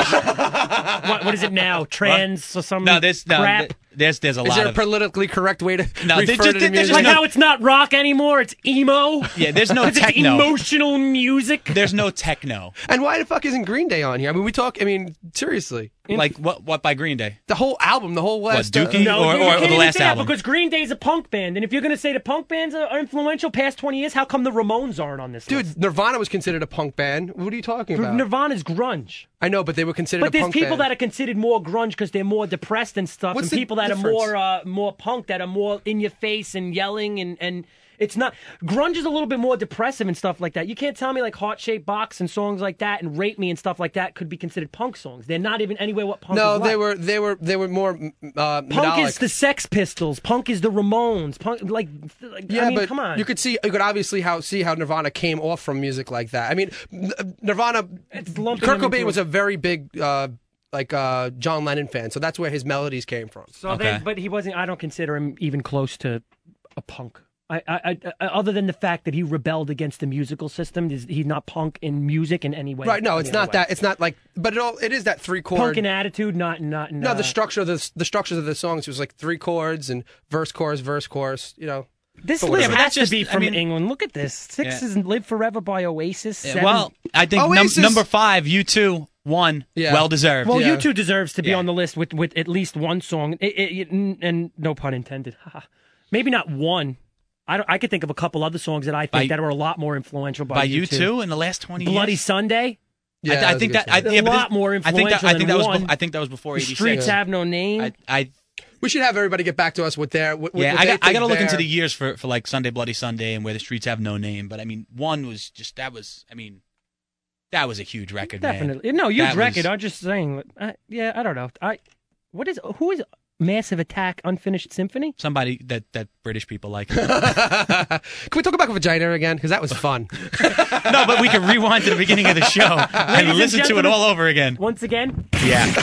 D: What, what is it now? Trans or some
B: no, this no,
D: crap?
B: th- there's there's a
C: Is
B: lot
C: there a
B: of
C: politically correct way to
B: No, they
C: refer
B: just-
C: to
B: they
C: the music?
B: just-
D: like
B: no-
D: how it's not rock anymore; it's emo.
B: yeah. There's no
D: 'Cause it's
B: techno.
D: emotional music.
B: There's no techno.
C: and why the fuck isn't Green Day on here? I mean, we talk. I mean, seriously,
B: Like what? What by Green Day?
C: the whole album, the whole uh, last.
B: Dookie?
D: No,
B: or-
D: you
B: or- or
D: can't
B: the
D: even
B: last
D: say that
B: album.
D: because Green Day's a punk band, and if you're going to say the punk bands are are influential past 20 years, how come the Ramones aren't on this list?
C: Dude, Nirvana was considered a punk band. What are you talking about?
D: Nirvana's grunge,
C: I know, but they were considered
D: but
C: a
D: there's
C: punk
D: people
C: band.
D: that are considered more grunge because they're more depressed and stuff,
C: What's the
D: and people that
C: difference?
D: are more uh, more punk that are more in your face and yelling and and. It's not grunge is a little bit more depressive and stuff like that. You can't tell me like Heart Shaped Box and songs like that and Rape Me and stuff like that could be considered punk songs. They're not even anywhere what punk.
C: No,
D: is
C: they
D: like.
C: were they were they were more mm, uh,
D: Punk
C: melodic.
D: is the Sex Pistols. Punk is the Ramones. Punk like, like
C: yeah,
D: I mean,
C: but
D: come on.
C: you could see you could obviously how see how Nirvana came off from music like that. I mean, N- uh, Nirvana,
D: It's lumping
C: Kurt
D: them into
C: Cobain was
D: a-
C: a very big uh, like uh, John Lennon fan, so that's where his melodies came from.
D: So
B: Okay.
D: they, but he wasn't. I don't consider him even close to a punk. I, I, I, other than the fact that he rebelled against the musical system, he's, he's not punk in music in any way.
C: Right? No, it's
D: any other
C: not
D: way.
C: that. It's not like, but it all it is that three chord.
D: punk uh, in attitude. Not not
C: no, the structure of the the structures of the songs was like three chords and verse chorus verse chorus. You know,
D: this
C: but
D: list
C: whatever.
D: has
B: Yeah, but
D: to be
B: that's
D: from
B: just- I mean-
D: England. Look at this. Six
B: Yeah.
D: is "Live Forever" by Oasis. Seven,
B: Well, I think num-
C: Oasis-
B: number five, you two, one,
C: Yeah.
B: well deserved.
D: Well,
C: Yeah.
D: you two deserves to be
B: Yeah.
D: on the list with, with at least one song, It- it- it- n- and no pun intended. Maybe not one. I, don't, I could think of a couple other songs that I think
B: By-
D: that were a lot more influential by,
B: by
D: you
B: you
D: two.
B: two in the last twenty
D: Bloody
B: years.
D: Sunday,
C: yeah,
B: I, th- I think that
C: was
B: I,
C: a good song.
B: yeah, but
D: lot more
B: I think that, I
D: influential
B: think
D: than
B: that was
D: one.
B: bef- I think that was before
D: The
B: eighty
D: Streets
B: six.
D: Have No Name.
B: I, I
C: we should have everybody get back to us with their with,
B: yeah,
C: With
B: I
C: they
B: got, I
C: think
B: got to look into
C: their-
B: the years for, for like Sunday Bloody Sunday and where the streets have no name. But I mean, one was just that was I mean, that was a huge record. man.
D: Definitely. No, you
B: That
D: record.
B: was-
D: I'm just saying. I, yeah, I don't know. I what is who is Massive Attack Unfinished Symphony?
B: Somebody that that British people like.
C: Can we talk about vagina again? Because that was fun.
B: no, but we can rewind to the beginning of the show and
D: and
B: listen to it
D: gentlemen-
B: all over again.
D: Once again,
B: Yeah.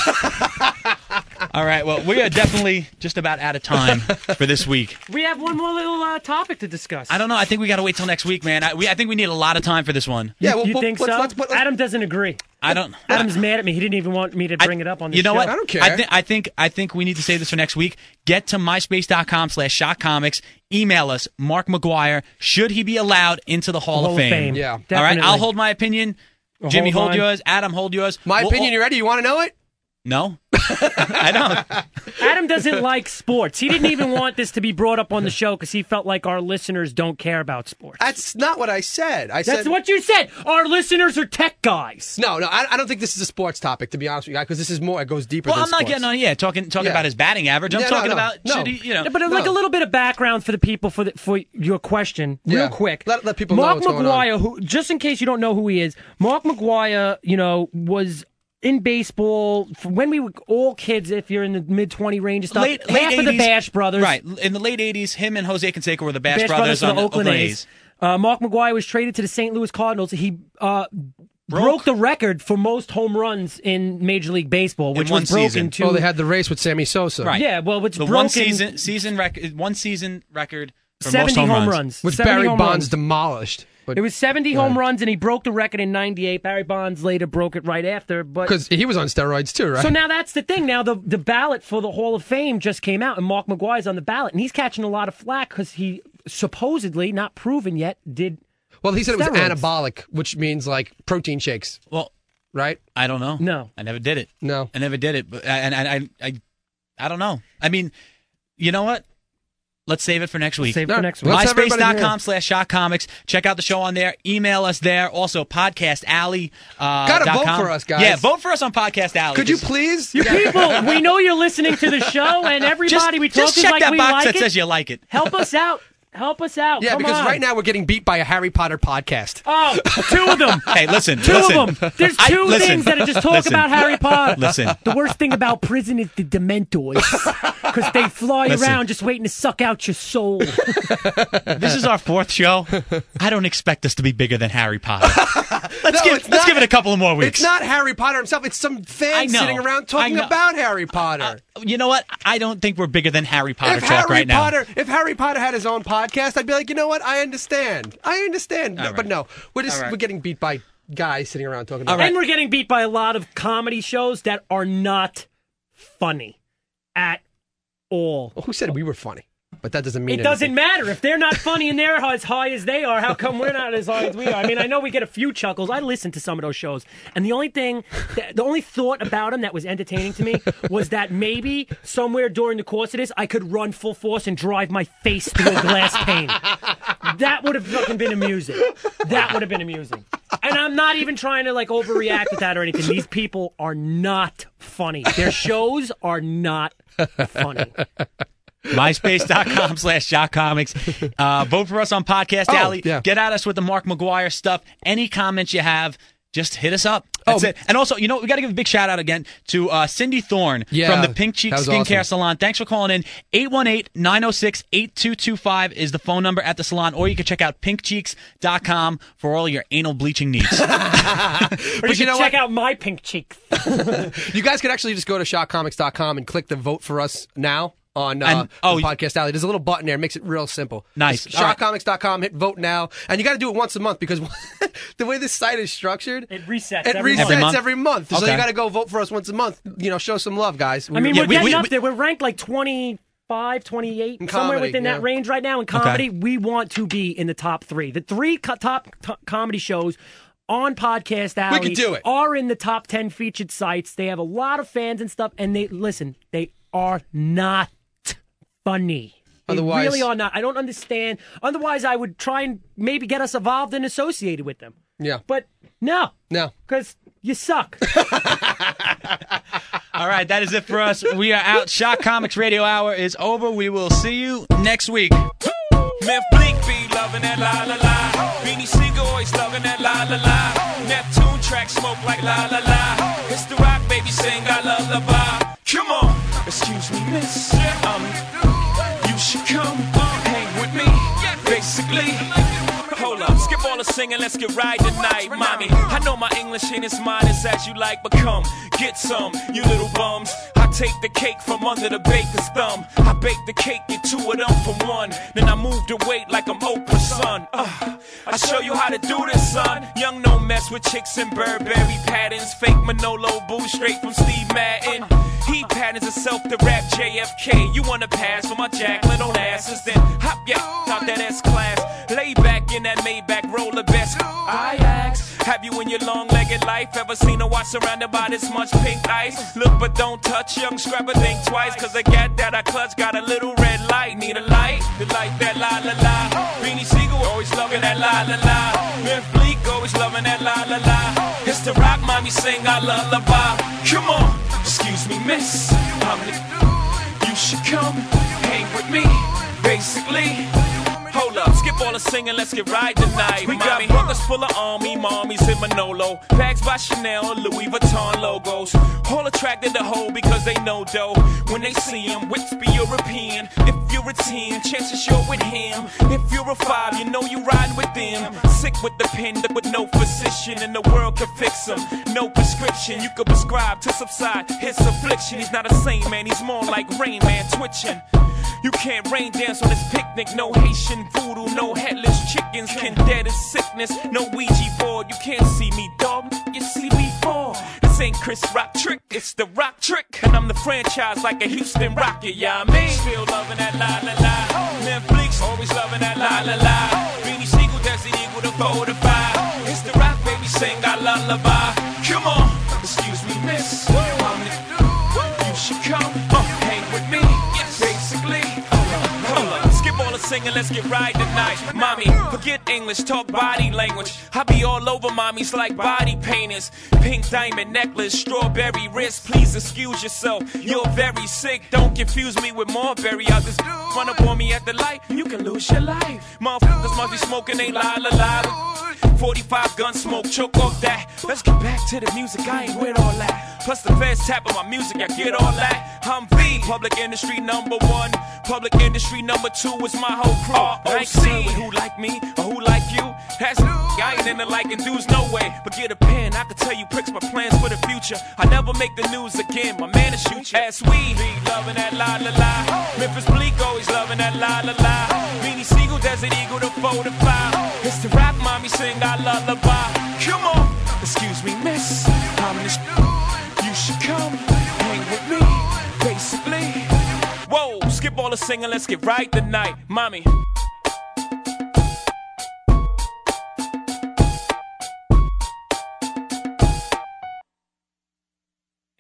B: all right. Well, we are definitely just about out of time for this week.
D: we have one more little uh, topic to discuss.
B: I don't know. I think we got to wait till next week, man. I, we, I think we need a lot of time for this one.
C: yeah,
D: you
C: well,
D: think
C: let's,
D: so?
C: Let's, let's,
D: Adam doesn't agree.
B: I don't.
D: Adam's mad at me. He didn't even want me to bring it up on the
B: You know
D: show.
B: what?
C: I don't care.
B: I, thi- I think I think we need to save this for next week. Get to myspace.com slash shotcomics. Email us, Mark McGuire. Should he be allowed into the Hall,
D: Hall of Fame.
C: Yeah.
B: All right. I'll
D: Definitely.
B: hold my opinion. Jimmy, hold,
D: hold mine.
B: yours. Adam, hold yours.
C: my
B: We'll-
C: opinion. You ready? You want to know it?
B: No, I don't.
D: Adam doesn't like sports. He didn't even want this to be brought up on the show because he felt like our listeners don't care about sports.
C: That's not what I said. I
D: That's
C: said
D: what you said. Our listeners are tech guys.
C: No, no, I, I don't think this is a sports topic to be honest with you, because this is more. It goes deeper.
B: Well,
C: than
B: I'm not
C: sports.
B: getting on. Yeah, talking talking
C: Yeah.
B: about his batting average. I'm
C: Yeah, no,
B: talking
C: no,
B: about
C: no.
B: should he, you know.
D: But uh, like
C: No.
D: a little bit of background for the people for the, for your question,
C: Yeah.
D: real quick.
C: Let- let people know
D: Mark
C: what's going on.
D: McGuire, who just in case you don't know who he is, Mark McGuire, you know, was in baseball f- when we were all kids. If you're in the mid twenty range, and stuff
B: Late,
D: half
B: late
D: of the
B: 80s
D: Bash Brothers,
B: Right. In the late 80s, him and Jose Canseco were the Bash,
D: Bash Brothers,
B: on
D: from Oakland A's. Uh, Mark McGuire was traded to the St. Louis Cardinals. He uh, broke. the record for most home runs in Major League Baseball, which
B: one
D: was broken
B: season.
D: to
C: Oh, they had the race with Sammy Sosa.
B: Right.
D: yeah, well, it's
B: The
D: broken
B: one season season record one season record for most
D: seventy
B: home, runs.
C: Which
D: 70
C: Barry
D: home
C: Bonds
D: runs.
C: demolished.
D: It was 70 home runs, and he broke the record in 98. Barry Bonds later broke it right after. But
C: because he was on steroids too, right?
D: So now that's the thing. Now the, the ballot for the Hall of Fame just came out, and Mark McGuire's on the ballot, and he's catching a lot of flack because he supposedly, not proven yet, did.
C: well, he said it was
D: steroids.
C: anabolic, which means like protein shakes,
B: Well,
C: right?
B: I don't know.
D: No.
B: I never did it.
C: No.
B: I never did it. But I- and I I I, I don't know. I mean, you know what? Let's save it for next week.
D: Save it
C: No,
D: for next week.
C: let's have everybody
B: MySpace.com slash shock comics. Check out the show on there. Email us there. Also, podcast alley. Uh,
C: Gotta
B: dot
C: vote
B: com.
C: for us, guys.
B: Yeah, vote for us on podcast alley.
C: Could you
B: Just-
C: please?
D: You people, we know you're listening to the show, and
B: just,
D: everybody we talk
B: just
D: to is
B: check
D: like
B: that
D: we
B: box
D: like
B: that
D: it.
B: says you like it.
D: Help us out. Help us out.
C: Yeah,
D: Come
C: because
D: on.
C: right now we're getting beat by a Harry Potter podcast.
D: Oh, two of them.
B: Hey, listen,
D: Two
B: listen.
D: of them. There's
B: I-
D: two
B: listen,
D: things that are just talk
B: listen.
D: about Harry Potter.
B: Listen.
D: The worst thing about prison is the Dementors. Because they fly
B: Listen.
D: around just waiting to suck out your soul.
B: This is our fourth show. I don't expect us to be bigger than Harry Potter. Let's
C: No,
B: give
C: it's
B: let's
C: not-
B: give it a couple of more weeks.
C: It's not Harry Potter himself. It's some
B: I
C: fan
B: know.
C: sitting around talking
B: I know. Uh,
C: about Harry Potter.
B: you know what? I don't think we're bigger than Harry Potter
C: if
B: talk
C: Harry
B: right
C: Potter, if Harry Potter had his own podcast, I'd be like, you know what? I understand. I understand. No,
B: right.
C: But no, we're just
B: All right.
C: we're getting beat by guys sitting around talking. about
B: All right.
D: And we're getting beat by a lot of comedy shows that are not funny at all.
C: Well, who said we were funny? But that doesn't mean
D: It doesn't
C: anything.
D: matter if they're not funny and they're as high as they are. How come we're not as high as we are? I mean, I know we get a few chuckles. I listen to some of those shows, and the only thing, that, the only thought about them that was entertaining to me was that maybe somewhere during the course of this, I could run full force and drive my face through a glass pane. That would have fucking been amusing. That would have been amusing. And I'm not even trying to like overreact with that or anything. These people are not funny. Their shows are not funny.
B: now. MySpace.com slash shock comics. Uh, vote for us on Podcast Alley.
C: Oh, yeah.
B: Get at us with the Mark McGuire stuff. Any comments you have, just hit us up. That's
C: Oh.
B: it. And also, you know, we got to give a big shout out again to uh, Cindy Thorne
C: Yeah,
B: from the Pink Cheek
C: that was
B: Skincare
C: awesome.
B: Salon. Thanks for calling in. 818-906-8225 is the phone number at the salon, or you can check out pinkcheeks.com for all your anal bleaching needs.
D: Or you,
C: you
D: should
C: know
D: check
C: what?
D: out my pink cheeks.
C: You guys could actually just go to shockcomics.com and click the vote for us now on uh,
B: And- oh,
C: the podcast alley. There's a little button there. It makes it real simple.
B: Nice.
C: Just Shockcomics.com, hit vote now. And you got to do it once a month because the way this site is structured,
D: It resets
C: it
D: every
C: resets
D: month.
B: Every month?
C: every month. So
B: Okay.
C: you got to go vote for us once a month. You know, show some love, guys.
D: I mean,
B: Yeah,
D: we're
B: we-
D: getting
B: we-
D: up
B: we-
D: there. We're ranked like 25, 28,
C: In
D: somewhere
C: comedy,
D: within that
C: yeah.
D: range right now. In comedy, we want to be in the top three. The three co- top to- comedy shows on Podcast Alley
C: could do it.
D: are in the top 10 featured sites. They have a lot of fans and stuff. And they, listen, they are not funny. They
C: Otherwise-
D: really are not. I don't understand. Otherwise, I would try and maybe get us involved and associated with them.
C: yeah.
D: But no,
C: No.
D: because you suck.
B: All right, that is it for us. We are out. Shock Comics Radio Hour is over. We will see you next week.
E: Memph Bleak be loving that la la la. Beanie Siegel always loving that la la la. Neptune track smoke like la la la. It's the rock baby sing I love the bar. Come on, excuse me, miss. Um, you should come hang with me. Basically, hold up, skip all the singing, let's get right tonight, mommy. I know my English ain't as modest as you like, but come get some, you little bums. I take the cake from under the baker's thumb. I bake the cake, get two of them for one. Then I move the weight like I'm Oprah's son. Uh, I show you how to do this, son. Young, no mess with chicks and Burberry patterns. Fake Manolo boo straight from Steve Madden. He patterns himself to rap JFK. You wanna pass for my Jacqueline on asses? Then hop yeah, out that S class. Lay back in that Maybach, roll the best. I ask,
J: Have you in your long legged life ever seen a watch surrounded by this much pink ice? Look but don't touch, young scrapper, think twice. Cause I get that I clutch, got a little red light. Need a light, the light that la la la. Beanie Siegel always loving that la la la. Biff Bleak always loving that la la la. It's the rock mommy sing, I love the Come on, excuse me, miss. I'm the you should come hang with me, basically. Hold up, skip all the singing, let's get right tonight. We got buckets full of army, mommies in Manolo. Bags by Chanel, Louis Vuitton logos. All attracted to hoe because they know dough. When they see him, which be European. If you're a 10, chances you're with him. If you're a 5, you know you riding with them. Sick with the pen, that with no physician in the world can fix him. No prescription, you could prescribe to subside his affliction. He's not a saint, man, he's more like Rain Man twitching. You can't rain dance on this picnic, no Haitian voodoo, no headless chickens can dead his sickness, no Ouija board. You can't see me, dog, you see me fall. This ain't Chris Rock trick, it's the rock trick, and I'm the franchise like a Houston Rocket, yeah, I mean. Still loving that la la la. Netflix always loving that la la la. Beanie Siegel, Desi Eagle, the four to five. It's the rock baby, sing our lullaby. Come on, excuse me, miss. I'm the you should come uh, hang with me. Yes, basically. Hold up, skip all the singing, let's get right tonight. Mommy, forget English, talk body language. I be all over mommies like body painters. Pink diamond necklace, strawberry wrist. Please excuse yourself, you're very sick. Don't confuse me with Marbury. I'll just run up on me at the light. You can lose your life. Motherfuckers must be smoking, they la la la. 45 gun smoke, choke off that. Let's get back to the music, I ain't with all that. Plus the feds tapping my music, I get all that. I'm V, public industry number one. Public industry number two is my whole crew. I ain't concerned with Oh, who like me or who like you. That's I ain't into liking dudes, no way. But get a pen, I can tell you pricks my plans for the future. I never make the news again, my man is shoot you. As we, be loving that la la la. Memphis Bleak always loving that la la la. Beanie Siegel, Desert Eagle, the four to five. It's the rock mommy sing our lullaby. Come on, excuse me, miss. I'm the sh- You should come hang with me, basically. Whoa, skip all the singing, let's get right tonight, mommy.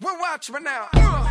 K: We're watching right now. Uh.